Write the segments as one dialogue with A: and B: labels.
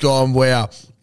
A: gone, wow.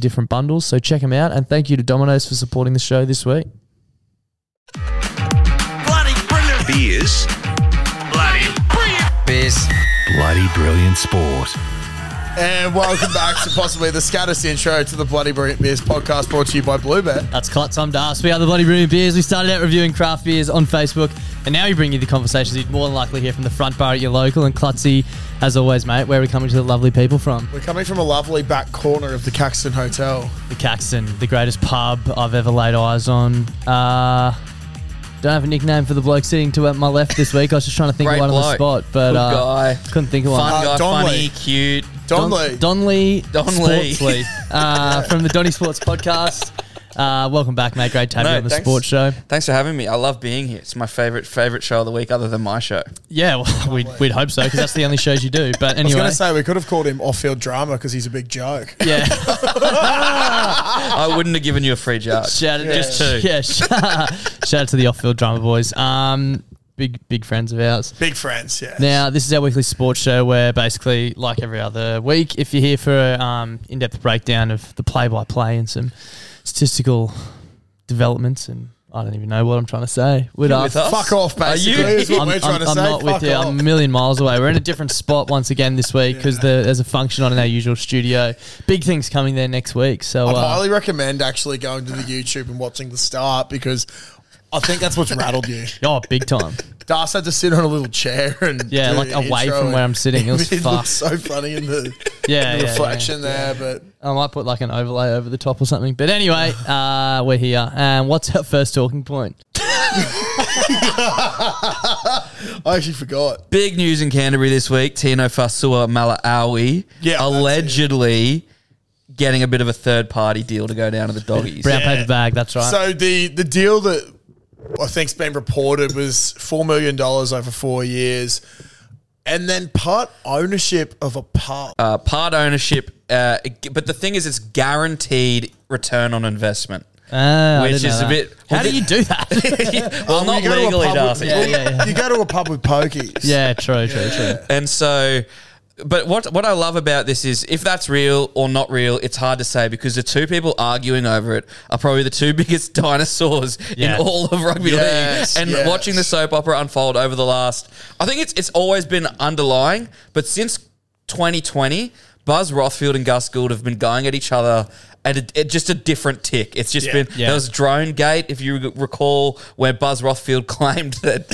B: different bundles, so check them out. And thank you to Domino's for supporting the show this week.
C: Bloody brilliant.
D: Beers.
C: Bloody brilliant.
D: Bloody brilliant sport.
A: And welcome back to possibly the scattest intro to the Bloody Brilliant Beers podcast brought to you by Bluebet.
B: That's Klutz, I'm Das. We are the Bloody Brilliant Beers. We started out reviewing craft beers on Facebook, and now we bring you the conversations you'd more than likely hear from the front bar at your local. And Klutzy, as always, mate, where are we coming to the lovely people from?
A: We're coming from a lovely back corner of the Caxton Hotel.
B: The Caxton, the greatest pub I've ever laid eyes on. Uh, don't have a nickname for the bloke sitting to my left this week. I was just trying to think of
E: Great
B: one on the spot,
E: bloke.
B: but
E: Good
B: uh,
E: guy.
B: couldn't think of one.
E: Fun
A: Uh,
E: guy,
A: Don
E: funny,
A: Lee.
E: cute.
A: Don, Lee.
B: Don Lee.
E: Don Lee.
B: Sports uh, from the Donny Sports Podcast. Uh, welcome back, mate. Great to have
E: No,
B: you on the
E: thanks.
B: sports show.
E: Thanks for having me. I love being here. It's my favorite favorite show of the week, other than my show.
B: Yeah, well, we'd, we'd hope so because that's the only shows you do. But
A: I was
B: anyway,
A: going to say we could have called him off-field drama because he's a big joke.
B: yeah,
E: I wouldn't have given you a free charge.
B: shout out, just yeah, shout, shout out to the off-field drama boys. Um, big big friends of ours.
A: Big friends, yeah.
B: Now this is our weekly sports show where basically, like every other week, if you're here for an um, in-depth breakdown of the play-by-play and some statistical developments, and I don't even know what I'm trying to say. We'd
E: You're with us?
A: Fuck off,
E: Are you-
A: basically, is what
B: I'm,
A: we're
B: I'm-
A: trying to
B: I'm
A: say.
B: not
A: Fuck
B: with you.
A: off.
B: I'm a million miles away. We're in a different spot once again this week because there's a function on in our usual studio. Big things coming there next week. So
A: I'd
B: uh,
A: highly recommend actually going to the YouTube and watching the start because I think that's what's rattled you.
B: oh, big time.
A: Das had to sit on a little chair and
B: Yeah,
A: do
B: like
A: the
B: away
A: intro
B: from where
A: and
B: I'm sitting. It was
A: it
B: fucked.
A: looks so funny in the,
B: Yeah,
A: the
B: yeah,
A: reflection there, but
B: yeah. I might put like an overlay over the top or something. But anyway, uh, we're here. And what's our first talking point?
A: I actually forgot.
E: Big news in Canterbury this week. Tino Fasua Malaawi
A: Yeah, that's
E: allegedly getting a bit of a third party deal to go down to the doggies.
B: Brown paper bag. That's right.
A: So the the deal that I think's been reported was four million dollars over four years. And then part ownership of a pub.
E: Uh, part ownership, uh, it- but the thing is, it's guaranteed return on investment,
B: Ah, I
E: which is
B: didn't know
E: a
B: that.
E: bit.
B: How do you do that?
E: well, not
A: you go to a
E: legally,
A: pub with-
E: Darcy.
B: yeah, yeah, yeah.
A: You go to a pub with pokies.
B: yeah, true, true, true.
E: And so, but what what I love about this is if that's real or not real, it's hard to say because the two people arguing over it are probably the two biggest dinosaurs
B: Yeah.
E: in all of rugby
A: Yes,
E: league. And
A: yes.
E: watching the soap opera unfold over the last, I think it's it's always been underlying, but since 2020. Buzz Rothfield and Gus Gould have been going at each other at, a, at just a different tick. It's just
A: Yeah.
E: been
B: Yeah.
E: there was Drone Gate, if you recall, where Buzz Rothfield claimed that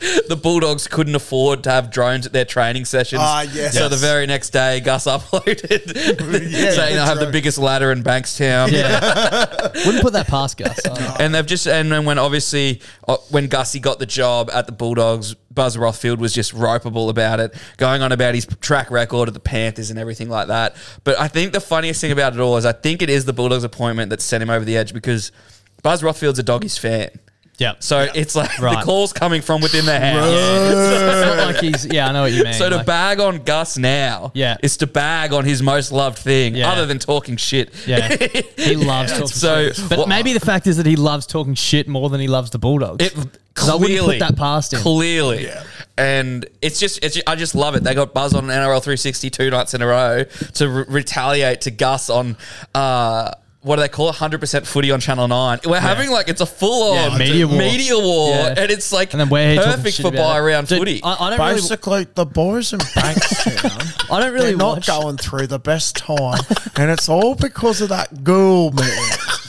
E: the Bulldogs couldn't afford to have drones at their training sessions.
A: Ah, yes.
E: So the
A: Yes.
E: very next day, Gus uploaded saying they'll have the
A: drone.
E: biggest ladder in Bankstown.
B: Yeah. Wouldn't put that past Gus. Uh,
E: And they've just and then when obviously uh, when Gussie got the job at the Bulldogs, Buzz Rothfield was just ropeable about it, going on about his track record at the Panthers and everything like that. But I think the funniest thing about it all is I think it is the Bulldogs appointment that sent him over the edge because Buzz Rothfield's a doggies fan.
B: yeah. So
E: So it's like
B: Right.
E: the calls coming from within the house.
B: it's not like he's. Yeah, I know what you mean.
E: So to
B: like-
E: bag on Gus now
B: Yeah.
E: is to bag on his most loved thing
B: Yeah.
E: other than talking shit.
B: yeah, he loves talking.
E: So-
B: shit. but
E: what-
B: maybe the fact is that he loves talking shit more than he loves the Bulldogs.
E: It
B: So I wouldn't
E: clearly
B: put that past him.
E: Clearly, and it's just, it's I just love it. They got buzz on NRL 360 two nights in a row to re- retaliate to Gus on. Uh, what do they call it? 100% footy on Channel 9. We're having like, it's a full on
B: Yeah, media war.
E: media war,
B: Yeah.
E: and it's like
B: and then we're here talking
E: perfect
B: shit
E: for
B: about it.
E: buy round
B: Dude,
E: footy.
B: I, I don't really.
A: Basically, the boys in Bankstown,
B: I don't really
A: they're not
B: watch.
A: going through the best time, and it's all because of that ghoul man.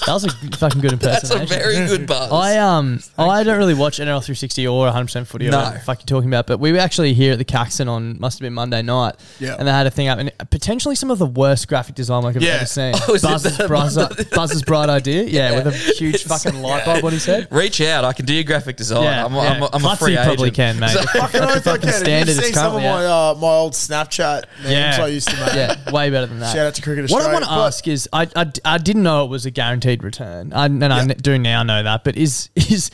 B: That was a fucking good
E: That's
B: impersonation.
E: a very good buzz.
B: I um I don't really watch NRL 360 or 100 percent footy.
E: No.
B: No, what the fuck you talking about. But we were actually here at the Caxton on must have been Monday night.
A: Yeah.
B: and they had a thing up and potentially some of the worst graphic design work I've
A: Yeah.
B: ever seen.
E: Oh, is it
B: Buzz's,
E: the-
B: bright, Buzz's bright idea. Yeah, with a huge
E: It's-
B: fucking light bulb on his head.
E: Reach out. I can do your graphic design.
B: Yeah,
E: I'm,
B: yeah.
E: I'm, I'm a
B: Clutzy
E: free
B: probably
E: agent.
B: can, mate.
E: So-
B: If- if
A: Fucking
B: that's the
A: oath I
B: fucking
A: can. If
B: standard
A: You've
B: is
A: seen some of
B: currently out.
A: my, uh, my old Snapchat names I used to make.
B: Yeah, way better than that.
A: Shout out to Cricket
B: What I
A: Australia,
B: want to
A: but-
B: ask is, I, I, I didn't know it was a guaranteed return, I, and I n- do now know that. But is is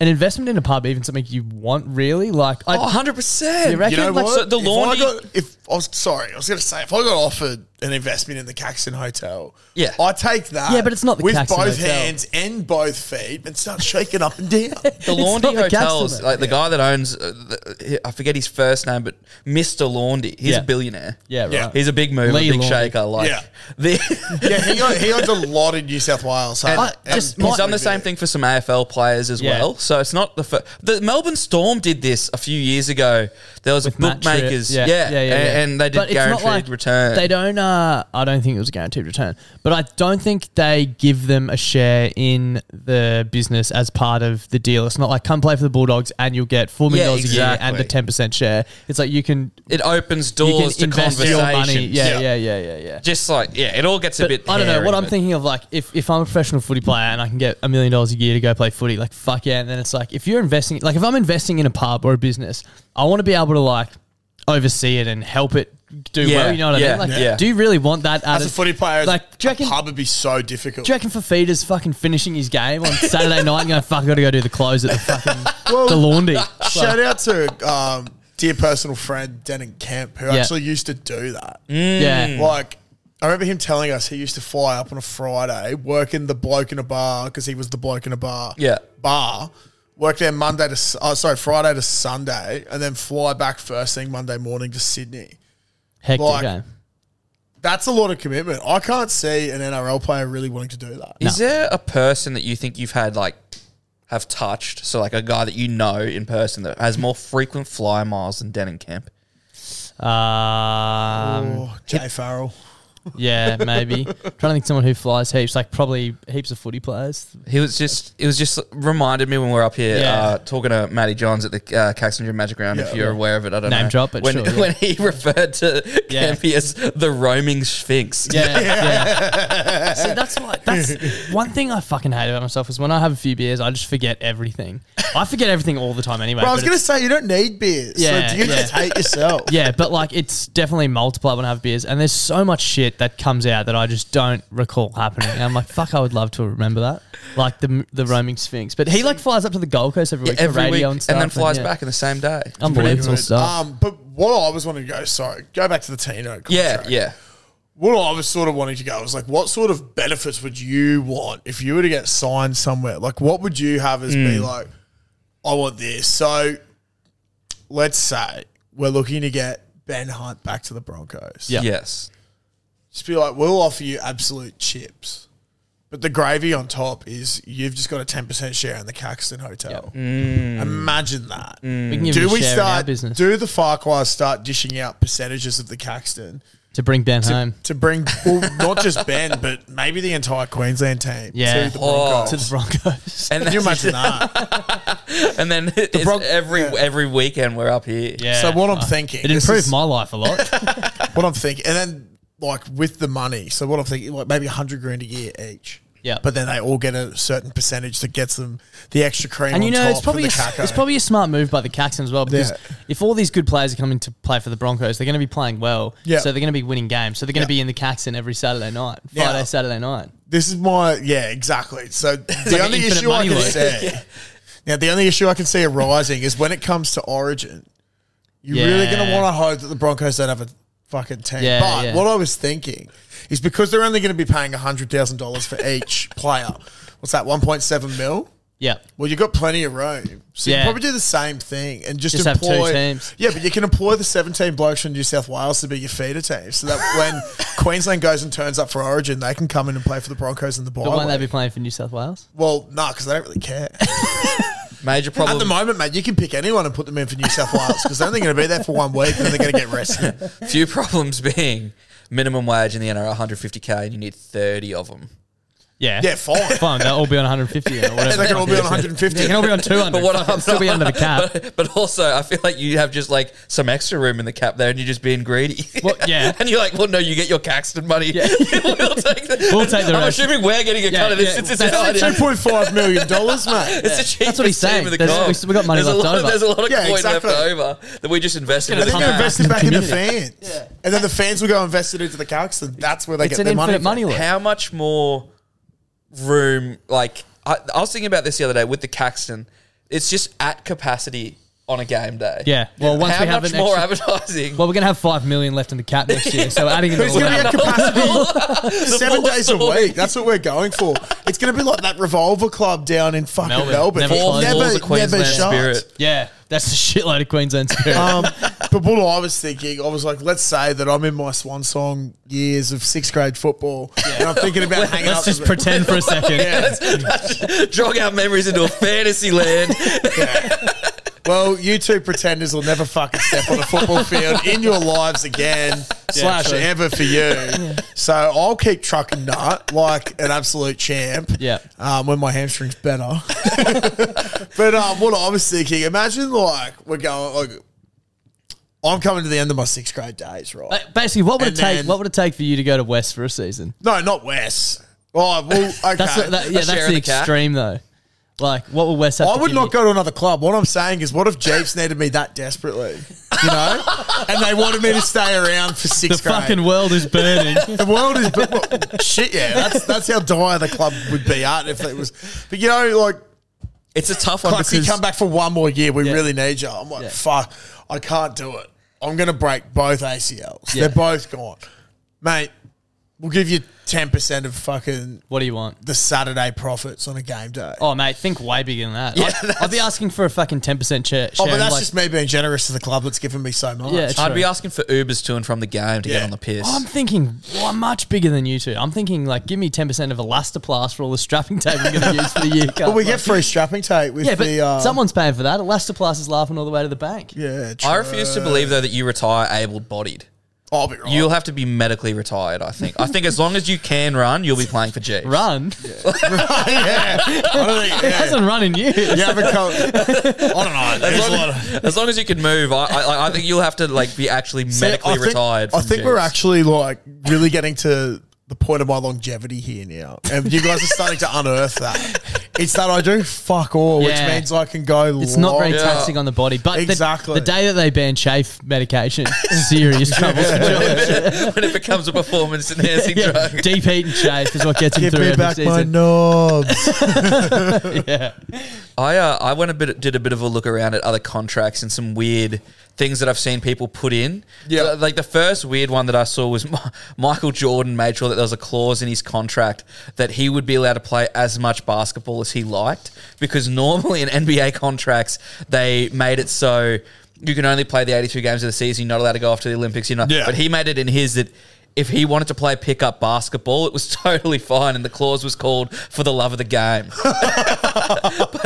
B: an investment in a pub even something you want really? Like, I,
E: Oh, 100%.
B: You reckon?
A: You know
B: Like,
A: what?
E: so the
A: if
E: laundry-
A: I, got, if I was sorry, I was going to say if I got offered an investment in the Caxton Hotel,
E: Yeah.
A: I take that.
B: Yeah, but it's not the
A: with
B: Caxton
A: both
B: Hotel.
A: hands and both feet and start shaking up and down.
E: the Laundy
B: not the Caxton,
E: hotels,
B: mate.
E: like the guy that owns, uh, the, I forget his first name, but Mister Laundy, he's
B: Yeah.
E: a billionaire.
B: yeah, right.
A: Yeah.
E: he's a big mover,
B: Lee
E: big
B: Laundy.
E: shaker. Like
A: Yeah.
E: the.
A: yeah, he, owned, he owns a lot in New South Wales. huh?
E: And,
B: I-
E: and
B: just
E: he's
B: my-
E: done the same thing for some AFL players as
B: Yeah.
E: well. So it's not the first. The Melbourne Storm did this a few years ago. There was a
B: Matt
E: bookmakers,
B: Tripp.
E: yeah, And, and they did
B: But it's not
E: guaranteed
B: like-
E: return.
B: They don't. Uh, I don't think it was a guaranteed return, but I don't think they give them a share in the business as part of the deal. It's not like come play for the Bulldogs and you'll get four million
E: Yeah,
B: dollars a year and
E: exactly.
B: a ten percent share. It's like you can
E: it opens
B: you can
E: doors to
B: invest
E: conversations.
B: your money. Yeah, yeah, yeah, yeah, yeah.
E: Just like yeah, it all gets a
B: But
E: bit.
B: I don't know
E: hairy,
B: what I'm
E: but-
B: thinking of. Like, if, if I'm a professional footy player and I can get a million dollars a year to go play footy, like fuck yeah. And then it's like if you're investing, like if I'm investing in a pub or a business, I want to be able to like oversee it and help it do
E: Yeah,
B: well. You know what
E: yeah,
B: I mean? Like,
E: yeah.
B: do you really want that
A: As a footy player,
B: Like,
A: like,
B: do you reckon?
A: pub would be so difficult.
B: Do you reckon Fafita's fucking finishing his game on Saturday night and going, fuck, I gotta go do the clothes at the fucking
A: Well, mm,
B: the laundry. It's like,
A: Shout out to um, dear personal friend Denon Kemp, who
B: Yeah.
A: actually used to do that.
B: yeah.
A: Like, I remember him telling us he used to fly up on a Friday, working the bloke in a bar because he was the bloke in a bar.
E: Yeah.
A: bar. Work there Monday to s- oh, sorry Friday to Sunday, and then fly back first thing Monday morning to Sydney.
B: Hectic
A: like-
B: game.
A: That's a lot of commitment. I can't see an NRL player really wanting to do that.
E: Is there a person that you think you've had like have touched? So like a guy that you know in person that has more frequent fly miles than Denon Kemp.
B: Um,
A: oh, Jay Farrell.
B: yeah, maybe. Trying to think of someone who flies heaps, like probably heaps of footy players.
E: He was just it was just reminded me when we were up here
B: Yeah.
E: uh, talking to Matty Johns at the uh, Caxton Gym Magic Round. if
A: Yeah.
E: you're aware of it, I don't
B: Name
E: know.
B: drop, but
E: when
B: sure, yeah.
E: when he referred to
B: Yeah.
E: Kempy as the roaming sphinx.
B: Yeah, yeah. See, that's why. That's one thing I fucking hate about myself is when I have a few beers, I just forget everything. I forget everything all the time anyway.
A: Bro, I was
B: but
A: gonna
B: it's-
A: say you don't need beers.
B: Yeah,
A: so do you
B: yeah.
A: just hate yourself?
B: yeah, but like it's definitely multiplied when I have beers, and there's so much shit shit that comes out that I just don't recall happening. And I'm like, fuck, I would love to remember that, like the the roaming sphinx. But he like flies up to the Gold Coast every week
E: every
B: for
E: week,
B: radio
E: and,
B: and stuff,
E: then flies
B: yeah.
E: back in the same day. It's
B: Unbelievable
E: pretty good.
B: stuff.
A: Um, but what I was wanting to go, sorry, go back to the Tino contract.
E: Yeah, yeah.
A: What I was sort of wanting to go was like, what sort of benefits would you want if you were to get signed somewhere? Like, what would you have as
B: Hmm.
A: be like, I want this. So let's say we're looking to get Ben Hunt back to the Broncos.
B: Yeah.
E: Yes.
A: Just be like, we'll offer you absolute chips. But the gravy on top is you've just got a 10% share in the Caxton Hotel. Imagine that.
B: we can Mm. give him
A: Mm. Do
B: a
A: we
B: share in our
A: start?
B: business
A: Do the Farquhar start dishing out percentages of the Caxton
B: to bring Ben
A: to,
B: home
A: to bring well, not just Ben, but maybe the entire Queensland team
B: Yeah.
A: to the
E: Oh.
A: Broncos?
B: to the Broncos?
E: And
A: Oh Can you
E: then,
A: imagine that?
E: and then it's
A: Bron-
E: every every weekend we're up here.
B: yeah.
A: So what I'm thinking,
B: it
A: this
B: improved
A: is
B: my life a lot.
A: what I'm thinking, and then like with the money. So what I'm thinking, like maybe hundred grand a year each.
B: Yeah.
A: but then they all get a certain percentage that gets them the extra cream.
B: And you
A: on
B: know,
A: top
B: it's probably
A: for
B: a,
A: the caco.
B: it's probably a smart move by the Caxton as well because
A: Yeah.
B: if all these good players are coming to play for the Broncos, they're going to be playing well.
A: Yeah.
B: So they're going to be winning games. So they're going
A: Yeah.
B: to be in the Caxton every Saturday night,
A: Yeah.
B: Friday, Saturday night.
A: This is my yeah, exactly. So the
B: like an
A: only
B: infinite
A: issue I
B: money
A: can
B: loop.
A: see now, the only issue I can see arising is when it comes to Origin. You're really going to
B: Yeah.
A: want to hope that the Broncos don't have a fucking team.
B: Yeah,
A: but
B: yeah.
A: what I was thinking is because they're only going to be paying hundred thousand dollars for each player. What's that? One point seven mil.
B: Yeah.
A: Well, you've got plenty of room, so you
B: Yeah.
A: can probably do the same thing and just,
B: Just have two
A: employ.
B: teams.
A: Yeah, but you can employ the seventeen blokes from New South Wales to be your feeder team, so that when Queensland goes and turns up for Origin, they can come in and play for the Broncos in the bye.
B: But won't they
A: week.
B: be playing for New South Wales?
A: Well, no, because they don't really care.
E: Major
A: At
E: problem.
A: the moment, mate, you can pick anyone and put them in for New South Wales because they're only going to be there for one week and then they're going to get rested.
E: few problems being minimum wage in the NRL 150k, and you need 30 of them.
B: Yeah.
A: Yeah, fine.
B: Fine. They'll all be on 150 then, or whatever.
A: they can all be on 150.
B: They can all be on 200.
E: But
B: But
E: what
B: what
E: I'm-
B: still be under the cap.
E: But, but also, I feel like you have just like some extra room in the cap there, and you're just being greedy.
B: Well, yeah.
E: and you're like, well, no, you get your Caxton money. we'll take the,
B: We'll take the
E: I'm
B: rest.
E: assuming we're getting a
B: Yeah,
E: cut of this
B: yeah.
E: since it's
B: That's
E: our
A: Two
E: idea.
A: point five million dollars, mate.
E: It's the cheapest
B: That's what he's saying.
E: team in the
B: There's-
E: comp.
B: we still- we got money
E: there's
B: left
E: a lot,
B: over.
E: There's a lot of
A: Yeah,
E: coin
A: exactly.
E: left over that we just invested.
B: gonna
E: in the
A: Then
B: pump
A: you
B: Yeah.
E: cap.
B: it
A: invest it back in the
B: Community.
A: fans, and then the fans will go invested into the Caxton. That's where they
B: It's
A: get
B: an
A: their money.
B: infinite
A: from.
B: money loop.
E: how much more room like I, I was thinking about this the other day with the Caxton. It's just at capacity on a game day.
B: Yeah. Well, once
E: How
B: we have
E: much
B: an
E: more
B: extra,
E: advertising?
B: Well, we're going to have 5 million left in the cap next year. So adding it
A: But it's
B: all
A: going to be
B: up.
A: at capacity seven
E: full
A: days a
E: story.
A: week. That's what we're going for. It's going to be like that Revolver Club down in fucking
B: Melbourne.
A: Melbourne.
B: Never closed.
E: All
A: never,
E: the
A: never,
E: Queensland
A: shut.
E: spirit.
B: Yeah. That's a shitload of Queensland spirit.
A: Um, but what I was thinking, I was like, let's say that I'm in my swan song years of sixth grade football, and I'm thinking about hanging
B: Let's
A: out.
B: just
A: with the-
B: pretend for a second.
E: Drog our memories into a fantasy land.
A: well, you two pretenders will never fucking step on a football field in your lives again, slash
B: true.
A: ever for you. So I'll keep trucking nut like an absolute champ.
B: Yeah.
A: Um, when my hamstring's better. but um, what I was thinking, imagine like we're going like. I'm coming to the end of my sixth grade days, right?
B: Ba- Uh, Basically, what would
A: And
B: it take?
A: then-
B: What would it take for you to go to West for a season?
A: No, not Wes. Oh, well, okay.
B: That's the- that, yeah,
E: A share
B: that's
E: of
B: the
E: the cap.
B: extreme though. Like, what would West have?
A: I
B: to
A: would
B: give
A: not
B: you?
A: go to another club. What I'm saying is, what if Jeeps needed me that desperately? You know? and they wanted me to stay around for
B: The
A: six grade.
B: fucking world is burning.
A: the world is but, well, shit. Yeah, that's that's how dire the club would be at if it was. But you know, like
E: It's a tough one
A: like you
E: because
A: come back for one more year, we really need you. I'm like, fuck, I can't do it. I'm gonna break both ACLs.
B: Yeah.
A: They're both gone, mate. We'll give you ten percent of fucking
B: what do you want?
A: the Saturday profits on a game day.
B: Oh, mate, think way bigger than that. I'd, I'd be asking for a fucking ten percent share.
A: Oh, but that's
B: like,
A: just me being generous to the club that's given me so much.
B: Yeah, true.
E: I'd be asking for Ubers to and from the game to get
A: Yeah.
E: on the piss.
B: "Oh, I'm thinking, well, I'm much bigger than you two. I'm thinking, like, give me 10% of elastoplast for all the strapping tape I'm going to use for the year.
A: But we get free strapping tape with
B: yeah, but
A: the. Uh,
B: someone's paying for that. Elastoplast is laughing all the way to the bank.
A: Yeah, true.
E: I refuse to believe though that you retire able-bodied.
A: I'll be right.
E: You'll have to be medically retired. I think. I think as long as you can run, you'll be playing for G.
B: Run?
A: yeah. I don't think.
B: It
A: Yeah.
B: hasn't run in years.
A: You have a co- I don't know.
E: As
A: There's a lot
E: long,
A: of.
E: as long as you can move, I, I, I think you'll have to like be actually medically
A: I think,
E: retired.
A: I
E: from
A: think we're
E: Jeeves.
A: actually like really getting to the point of my longevity here now, and you guys are starting to unearth that. it's that I do fuck all,
B: Yeah.
A: which means I can go.
B: It's not very
A: long.
E: Yeah.
B: taxing on the body, but the-
A: Exactly.
B: the, day that they ban chafe medication, serious troubles for George.
E: when it becomes a performance enhancing
B: Yeah,
E: drug.
B: deep heat and chafe is what gets him
A: Give
B: through
A: me
B: every
A: back my
B: season.
A: knobs.
E: I uh, I went a bit did a bit of a look around at other contracts and some weird things that I've seen people put in.
A: Yeah.
E: So, like the first weird one that I saw was Mi- Michael Jordan made sure that there was a clause in his contract that he would be allowed to play as much basketball as he liked because normally in NBA contracts they made it so you can only play the 82 games of the season. You're not allowed to go off to the Olympics. You're not.
A: Yeah.
E: But he made it in his that. If he wanted to play pickup basketball, it was totally fine, and the clause was called "for the love of the game."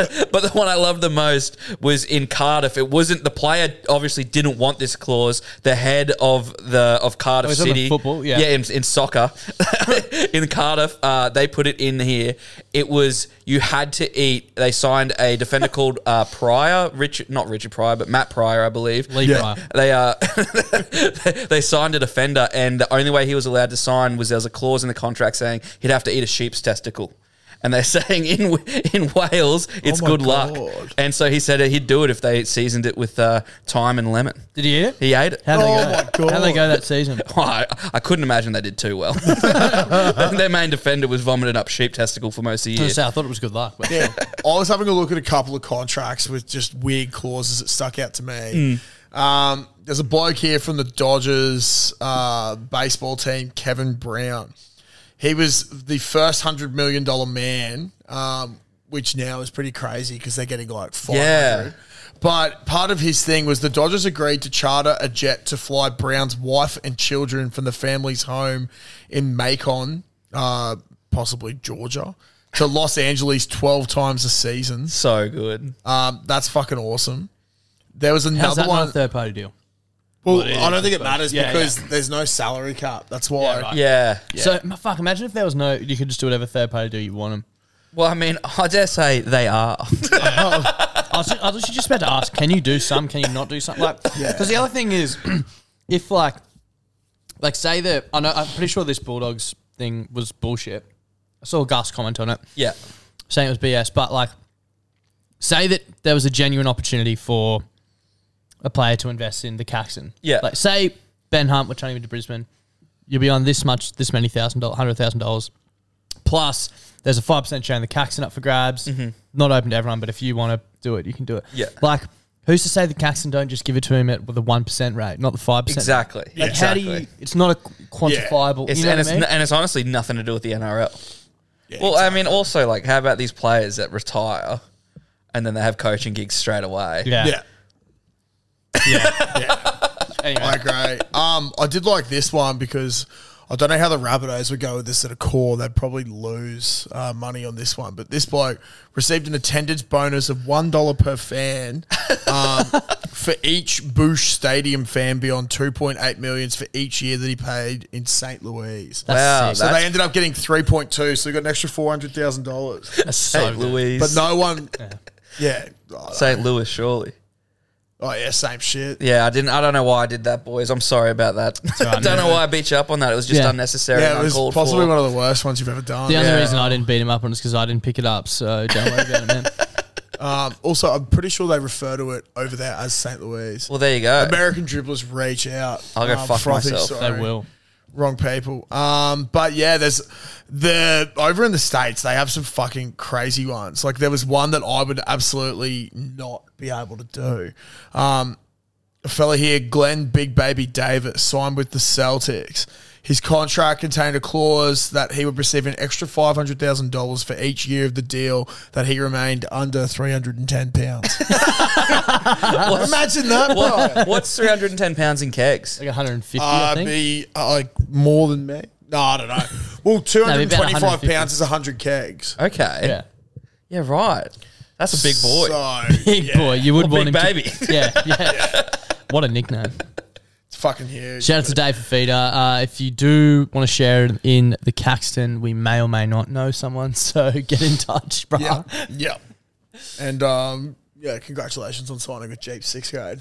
E: But the one I loved the most was in Cardiff. It wasn't the player obviously didn't want this clause. The head of the of Cardiff
B: Oh, he's on the
E: City
B: football, yeah.
E: in, in soccer in Cardiff, uh, they put it in here. It was you had to eat. They signed a defender called uh, Pryor, Richard, not Richard Pryor, but Matt Pryor, I believe.
B: Lee Yeah. Pryor.
E: They uh, they signed a defender, and the only way he was allowed to sign was there was a clause in the contract saying he'd have to eat a sheep's testicle. And they're saying in in Wales it's
A: Oh my
E: good
A: God.
E: luck, and so he said he'd do it if they seasoned it with uh, thyme and lemon.
B: Did you eat it?
E: He ate it.
B: How
A: Oh
B: they go?
A: my
B: How they
A: God.
B: go that season?
E: Oh, I, I couldn't imagine they did too well. Their main defender was vomiting up sheep testicle for most of the year.
B: I thought it was good luck. But
A: Yeah. I was having a look at a couple of contracts with just weird clauses that stuck out to me. Um, there's a bloke here from the Dodgers uh, baseball team, Kevin Brown. He was the first hundred million dollar man, um, which now is pretty crazy because they're getting like five hundred.
E: Yeah.
A: But part of his thing was the Dodgers agreed to charter a jet to fly Brown's wife and children from the family's home in Macon, uh, possibly Georgia, to Los Angeles 12 times a season.
E: So good.
A: Um, that's fucking awesome. There was
B: How's
A: another
B: that not a
A: one.
B: third party deal?
A: Well, I don't think it matters
B: Yeah,
A: because there's no salary cap. That's why.
B: Yeah, right.
E: yeah.
B: So m- fuck, imagine if there was no, you could just do whatever third party deal you want them.
E: Well, I mean, I dare say they are.
B: I was, just, I was actually just about to ask, can you do some? Can you not do some? Like, because the other thing is, if like, like say the, I know, I'm pretty sure this Bulldogs thing was bullshit. I saw Gus comment on it
E: yeah.
B: saying it was BS, but like, say that there was a genuine opportunity for a player to invest in the Caxton.
E: Yeah.
B: Like, say Ben Hunt were turning him to Brisbane, you'll be on this much, this many thousand dollars, hundred thousand dollars. Plus, there's a five percent share in the Caxton up for grabs. Not open to everyone, but if you want to do it, you can do it.
E: Mm-hmm. Yeah.
B: Like, who's to say the Caxton don't just give it to him at the one percent rate, not the five percent?
E: Exactly.
B: Like,
E: exactly.
B: how do you? It's not a quantifiable.
E: It's,
B: you know
E: and,
B: what
E: it's,
B: I mean?
E: and it's honestly nothing to do with the NRL. well, I mean, also, like, how about these players that retire and then they have coaching gigs straight away?
B: yeah.
A: Yeah.
B: Anyway.
A: I agree. Um, I did like this one because I don't know how the Rabbitohs would go with this at a core. They'd probably lose uh, money on this one. But this bloke received an attendance bonus of one dollar per fan um, for each Boosh Stadium fan beyond two point eight millions for each year that he paid in St. Louis.
E: Wow.
B: sick.
A: so
E: that's
A: they ended up getting three point two. So they got an extra four hundred thousand dollars.
B: That's so
E: St.
B: good.
E: Louis.
A: But no one, yeah.
E: St. Louis, surely.
A: Oh yeah, same shit.
E: Yeah, I didn't. I don't know why I did that, boys. I'm sorry about that. I don't know why I beat you up on that. It was just
B: Yeah.
E: unnecessary
A: Yeah,
E: and
A: it was
E: uncalled
A: possibly
E: for.
A: one of the worst ones you've ever done.
B: The only
E: Yeah.
B: reason I didn't beat him up on it is because I didn't pick it up. So don't worry about it, man.
A: Also, I'm pretty sure they refer to it over there as St. Louis.
E: well, there you go.
A: American dribblers reach out. Um,
E: I'll go fuck myself.
B: They
A: sorry.
B: will.
A: Wrong people. Um, but yeah, there's the over in the states they have some fucking crazy ones. Like there was one that I would absolutely not be able to do. Um, a fella here, Glenn Big Baby Davis, signed with the Celtics. His contract contained a clause that he would receive an extra five hundred thousand dollars for each year of the deal that he remained under three hundred and ten pounds.
E: What's-
A: Imagine that, bro.
E: what, what's 310 pounds in kegs?
B: Like 150, I
A: Uh,
B: think.
A: be uh, like more than me. No, I don't know. Well, two
B: No,
A: hundred
B: it'd
A: and
B: be about
A: twenty-five
B: 150.
A: pounds is hundred kegs.
E: Okay.
B: yeah.
E: Yeah, right. That's a big boy.
A: So
B: Big boy. You would
E: Well,
B: want him
E: big
B: to-
E: baby.
B: yeah. Yeah. What a nickname.
A: it's fucking huge.
B: Shout out to Dave Fafita. Uh, if you do want to share it in the Caxton, we may or may not know someone. So get in touch, bro.
A: yeah, yeah, and um, yeah. Congratulations on signing with Jeep sixth grade.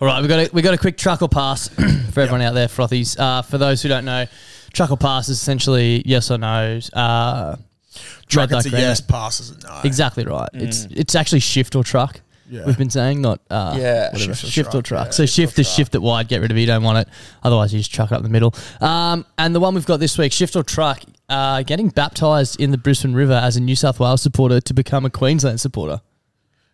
B: All right, we've got a, we've got a quick truck or pass for everyone out there, frothies. Uh, for those who don't know, truck or pass is essentially yes or no. Uh,
A: Truck it's a
B: duck granite.
A: yes, passes a no.
B: Exactly right. It's it's actually shift or truck.
A: Yeah.
B: We've been saying not uh,
E: Yeah.
B: whatever.
A: Shift
B: shift
A: or
B: or,
A: truck,
B: truck.
A: yeah,
B: so
A: shift
B: shift is shift it wide. Get rid of it. You don't want it. Otherwise, you just chuck it up the middle. Um, and the one we've got this week, shift or truck, uh, getting baptised in the Brisbane River as a New South Wales supporter to become a Queensland supporter.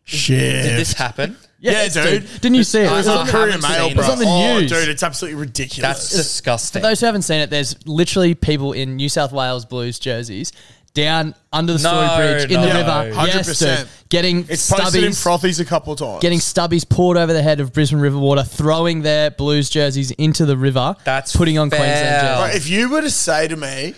A: Shit.
E: Did this happen?
A: yeah, dude.
B: Didn't you see it?
A: It was
E: I
A: on
E: haven't
A: Courier
E: seen
A: Mail,
E: it.
A: bro.
E: It's on
B: the
A: oh,
B: news.
A: dude, it's absolutely ridiculous.
E: That's disgusting.
B: For those who haven't seen it, there's literally people in New South Wales Blues jerseys down under the Story
E: No,
B: Bridge in
E: no.
B: the river. Yes,
A: 100%.
B: dude. Getting
A: it's posted in
B: stubbies.
A: frothies a couple of times.
B: getting stubbies poured over the head of Brisbane River water, throwing their Blues jerseys into the river.
E: That's
B: putting on
E: foul.
B: Queensland
A: Bro,
B: jerseys.
A: if you were to say to me,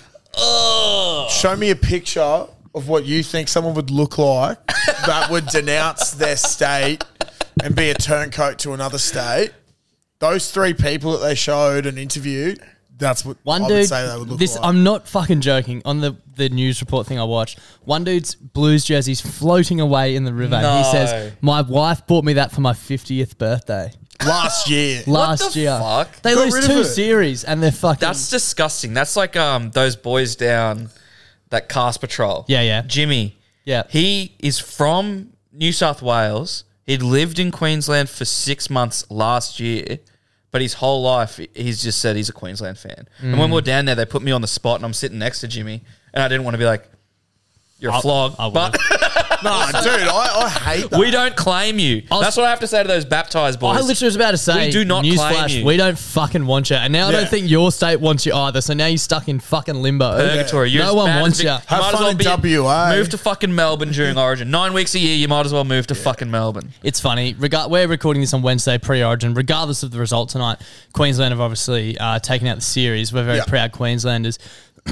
A: show me a picture of what you think someone would look like that would denounce their state and be a turncoat to another state, those three people that they showed and interviewed, that's what
B: One
A: I
B: dude,
A: would say they would look
B: this
A: like.
B: I'm not fucking joking. On the, the news report thing I watched, one dude's Blues jerseys floating away in the river. And
E: No.
B: he says, "My wife bought me that for my 50th birthday
A: Last year.
B: last
E: the
B: year."
E: fuck?
B: They
A: Got rid
B: lose
A: of
B: two
A: it.
B: series and they're fucking.
E: That's disgusting. That's like um those boys down that cast patrol.
B: Yeah, yeah.
E: Jimmy.
B: Yeah.
E: He is from New South Wales. He'd lived in Queensland for six months last year, but his whole life he's just said he's a Queensland fan. And
B: Mm.
E: when we we're down there, they put me on the spot and I'm sitting next to Jimmy and I didn't want to be like, You're a flog.
B: I would've.
E: but
A: no, dude, I, I hate that.
E: we don't claim you.
B: was-
E: That's what I have to say to those baptized boys.
B: I literally was about to say,
E: We do not claim
B: newsflash,
E: you.
B: we don't fucking want you. And now I
A: Yeah.
B: don't think your state wants you either. So now you're stuck in fucking limbo.
E: Purgatory. You're
B: No
E: as
B: one
E: bad as
B: wants
E: Vic-
B: you.
A: Have
E: might as
A: fun
E: well
A: in
E: be-
A: WA.
E: Move to fucking Melbourne during Origin. Nine weeks a year, you might as well move to fucking Melbourne.
B: It's funny. Rega- we're recording this on Wednesday, pre-Origin. Regardless of the result tonight, Queensland have obviously uh, taken out the series. We're very
A: Yeah.
B: proud Queenslanders.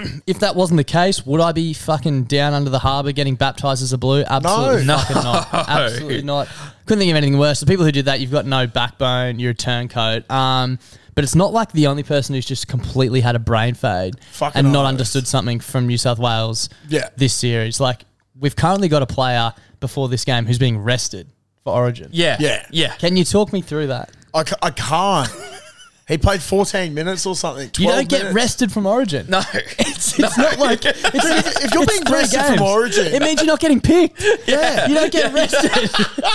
B: if that wasn't the case, would I be fucking down under the harbour getting baptised as a blue? Absolutely
A: No.
B: fucking not. Absolutely not. Couldn't think of anything worse. The people who do that, you've got no backbone. You're a turncoat. Um, but it's not like the only person who's just completely had a brain fade
A: Fucking
B: and not
A: oath.
B: understood something from New South Wales
A: Yeah.
B: this series. Like, we've currently got a player before this game who's being rested for Origin.
E: Yeah.
A: Yeah.
E: Yeah.
B: Can you talk me through that?
A: I, ca- I can't. He played 14 minutes or something.
B: You
A: 12
B: don't get
A: minutes.
B: rested from Origin.
E: No.
B: It's, it's not like it's,
A: if you're
B: it's
A: being
B: three
A: rested from
B: games.
A: Origin-
B: it means you're not getting picked. Yeah, you don't get rested.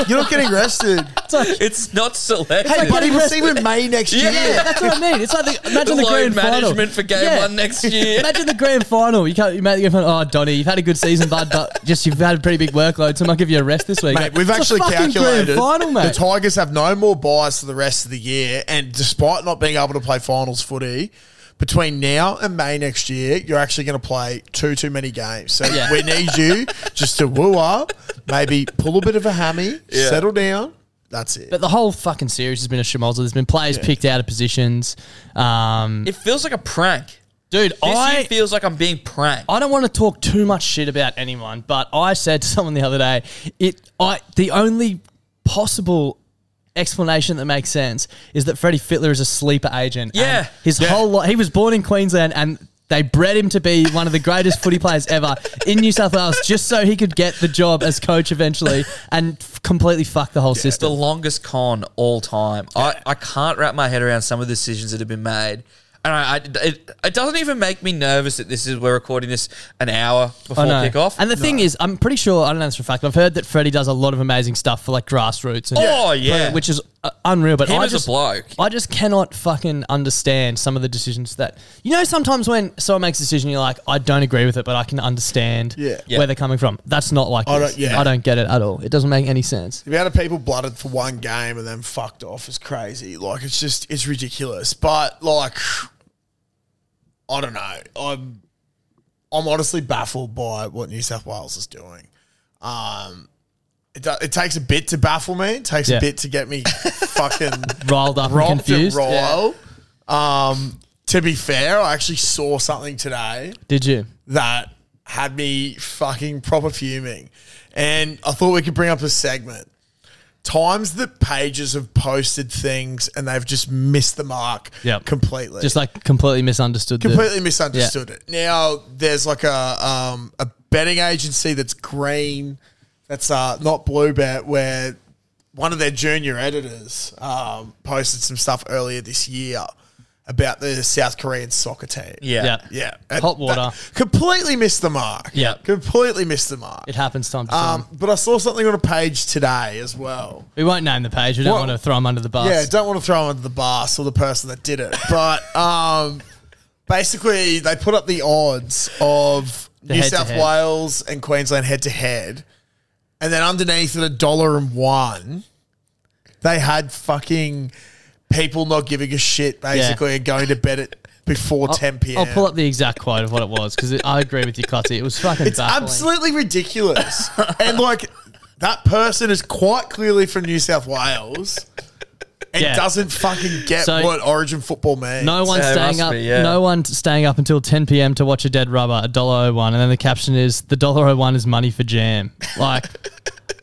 A: You're not getting rested.
B: it's like,
E: it's not selected.
A: hey, buddy, we'll see you in May next
E: Yeah.
A: year.
B: that's what I mean. It's like the, imagine the,
E: Load
B: grand final.
E: management for game
B: Yeah.
E: one next year.
B: Imagine the grand final. You can't. You make the grand final. Oh, Donny, you've had a good season, bud, but just you've had a pretty big workload, so I might give you a rest this week.
A: Mate, we've
B: It's a
A: actually
B: fucking grand
A: calculated
B: final,
A: the
B: mate.
A: Tigers have no more buys for the rest of the year, and despite not being able to play finals footy, between now and May next year, you're actually going to play too too many games. So
B: Yeah.
A: we need you just to woo up, maybe pull a bit of a hammy, settle down. That's it.
B: but the whole fucking series has been a schmozzle. There's been players picked out of positions. Um,
E: It feels like a prank.
B: dude,
E: This
B: I
E: year feels like I'm being pranked.
B: I don't want to talk too much shit about anyone, but I said to someone the other day, it I the only possible explanation that makes sense is that Freddie Fitler is a sleeper agent. and
E: Yeah.
B: his whole life he was born in Queensland and they bred him to be one of the greatest footy players ever in New South Wales just so he could get the job as coach eventually and f- completely fuck the whole
E: It's the
B: system.
E: longest con all time. I, I can't wrap my head around some of the decisions that have been made. And I, I it, it doesn't even make me nervous that this is we're recording this an hour before
B: I know.
E: kickoff.
B: Oh, And the thing is, I'm pretty sure, I don't know this for a fact, but I've heard that Freddie does a lot of amazing stuff for like grassroots. And
E: Oh, yeah.
B: Which is uh, unreal. But
E: Him
B: I
E: as a
B: just,
E: bloke.
B: I just cannot fucking understand some of the decisions that, you know, sometimes when someone makes a decision, you're like, I don't agree with it, but I can understand
A: Yeah.
B: where
A: Yeah.
B: they're coming from. That's not like
A: I
B: this.
A: don't- yeah.
B: I don't get it at all. It doesn't make any sense.
A: The amount of people blooded for one game and then fucked off is crazy. Like it's just it's ridiculous. But like I don't know. I'm I'm honestly baffled by what New South Wales is doing. Um it, do- it takes a bit to baffle me. It takes
B: Yeah.
A: a bit to get me fucking
B: Riled up and
A: rocked and
B: confused.
A: riled. Um, to be fair, I actually saw something today
B: Did you?
A: that had me fucking proper fuming. And I thought we could bring up a segment. Times that pages have posted things and they've just missed the mark
B: Yep.
A: completely.
B: Just like completely misunderstood. the-
A: completely misunderstood
B: Yeah.
A: it. Now there's like a um, a betting agency that's green, that's uh, not blue bet, where one of their junior editors um, posted some stuff earlier this year about the South Korean soccer team.
E: Yeah.
B: Yeah.
A: Yeah.
B: Hot
A: And that-
B: water.
A: completely missed the mark.
B: Yeah.
A: Completely missed the mark.
B: It happens time to time.
A: Um, but I saw something on a page today as well.
B: We won't name the page. We don't
A: What-
B: want to throw him under the bus.
A: Yeah, don't want to throw him under the bus or the person that did it. But um, basically, they put up the odds of
B: The
A: New
B: head-to-head.
A: South Wales and Queensland head to head, and then underneath at a dollar and one, they had fucking people not giving a shit basically and going to bed at before
B: I'll-
A: 10 p.m.
B: I'll pull up the exact quote of what it was because I agree with you, Clutty. It was fucking
A: It's
B: baffling.
A: absolutely ridiculous. and like that person is quite clearly from New South Wales and
B: Yeah.
A: doesn't fucking get
B: So-
A: what origin football means.
B: No one
E: Yeah, it
B: staying
E: must
B: up.
E: be, yeah.
B: No one staying up until 10 p.m. to watch a dead rubber. A dollar oh one, and then the caption is the dollar oh one is money for jam. Like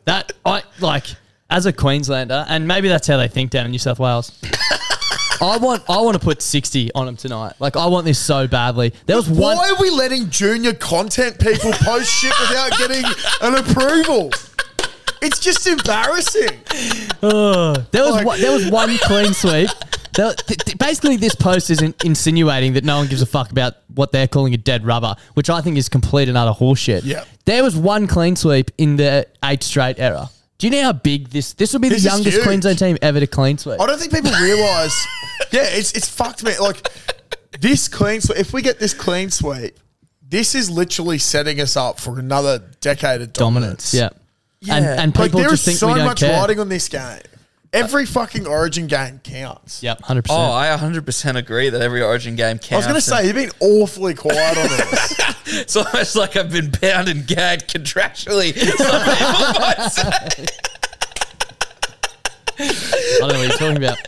B: that. I like as a Queenslander, and maybe that's how they think down in New South Wales. I want. I want to put 60 on them tonight. Like I want this so badly. There was one.
A: Why are we letting junior content people post shit without getting an approval? It's just embarrassing.
B: There was
A: Like-
B: one, there was one clean sweep. There- th- th- basically, this post is in, insinuating that no one gives a fuck about what they're calling a dead rubber, which I think is complete and utter horseshit.
A: Yeah.
B: There was one clean sweep in the eight straight era. Do you know how big this? This will be
A: This
B: the
A: is
B: youngest
A: huge.
B: Queensland team ever to clean sweep.
A: I don't think people realize. yeah, it's it's fucked me. Like this clean sweep. If we get this clean sweep, this is literally setting us up for another decade of dominance.
B: Dominance. Yeah. And, and
A: Like
B: people
A: there is
B: just think
A: so
B: we don't
A: much
B: care.
A: riding on this game. Every fucking Origin game counts.
B: Yep, hundred
E: Oh,
B: percent.
E: I 100% agree that every Origin game counts.
A: I was going to say you've been awfully quiet on this.
E: It's almost like I've been bound and gagged contractually. Some people might say.
B: I don't know what you're talking about.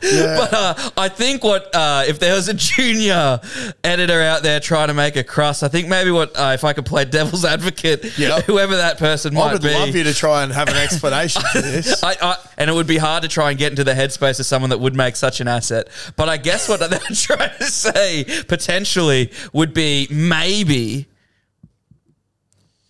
E: But uh, I think what uh, if there was a junior editor out there trying to make a crust, I think maybe what uh, if I could play devil's advocate,
A: Yeah.
E: whoever that person might
A: I would
E: be.
A: love you to try and have an explanation for this.
E: I, I, and it would be hard to try and get into the headspace of someone that would make such an asset. But I guess what they're trying to say potentially would be maybe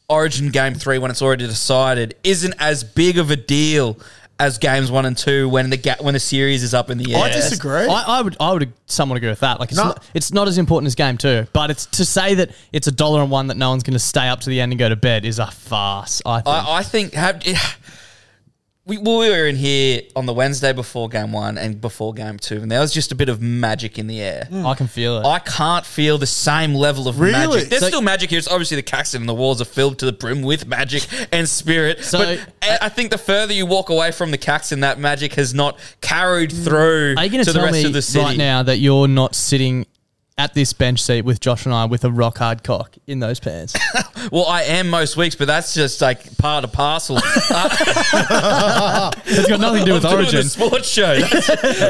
E: Origin Game 3, when it's already decided, isn't as big of a deal as Games 1 and 2 when the, ga- when the series is up in the air.
A: I disagree.
B: I, I would I would somewhat agree with that. Like it's
A: No.
B: not it's not as important as game two, but it's to say that it's a dollar and one that no one's going to stay up to the end and go to bed is a farce. I think.
E: I, I think have, we, well, we were in here on the Wednesday before game one and before game two, and there was just a bit of magic in the
A: Mm.
E: air.
B: I, can feel it.
E: I can't feel the same level of
A: Really?
E: magic. There's
B: So-
E: still magic here. It's obviously the Caxton and the walls are filled to the brim with magic and spirit.
B: So-
E: but I, I think the further you walk away from the Caxton, that magic has not carried through
B: Are you going
E: to
B: to
E: the
B: tell
E: rest
B: me
E: of the city.
B: right now that you're not sitting at this bench seat with Josh and I with a rock hard cock in those pants?
E: Well, I am most weeks, but that's just like part of parcel.
B: it's got nothing to do with
E: I'm doing
B: Origin.
E: the sports show.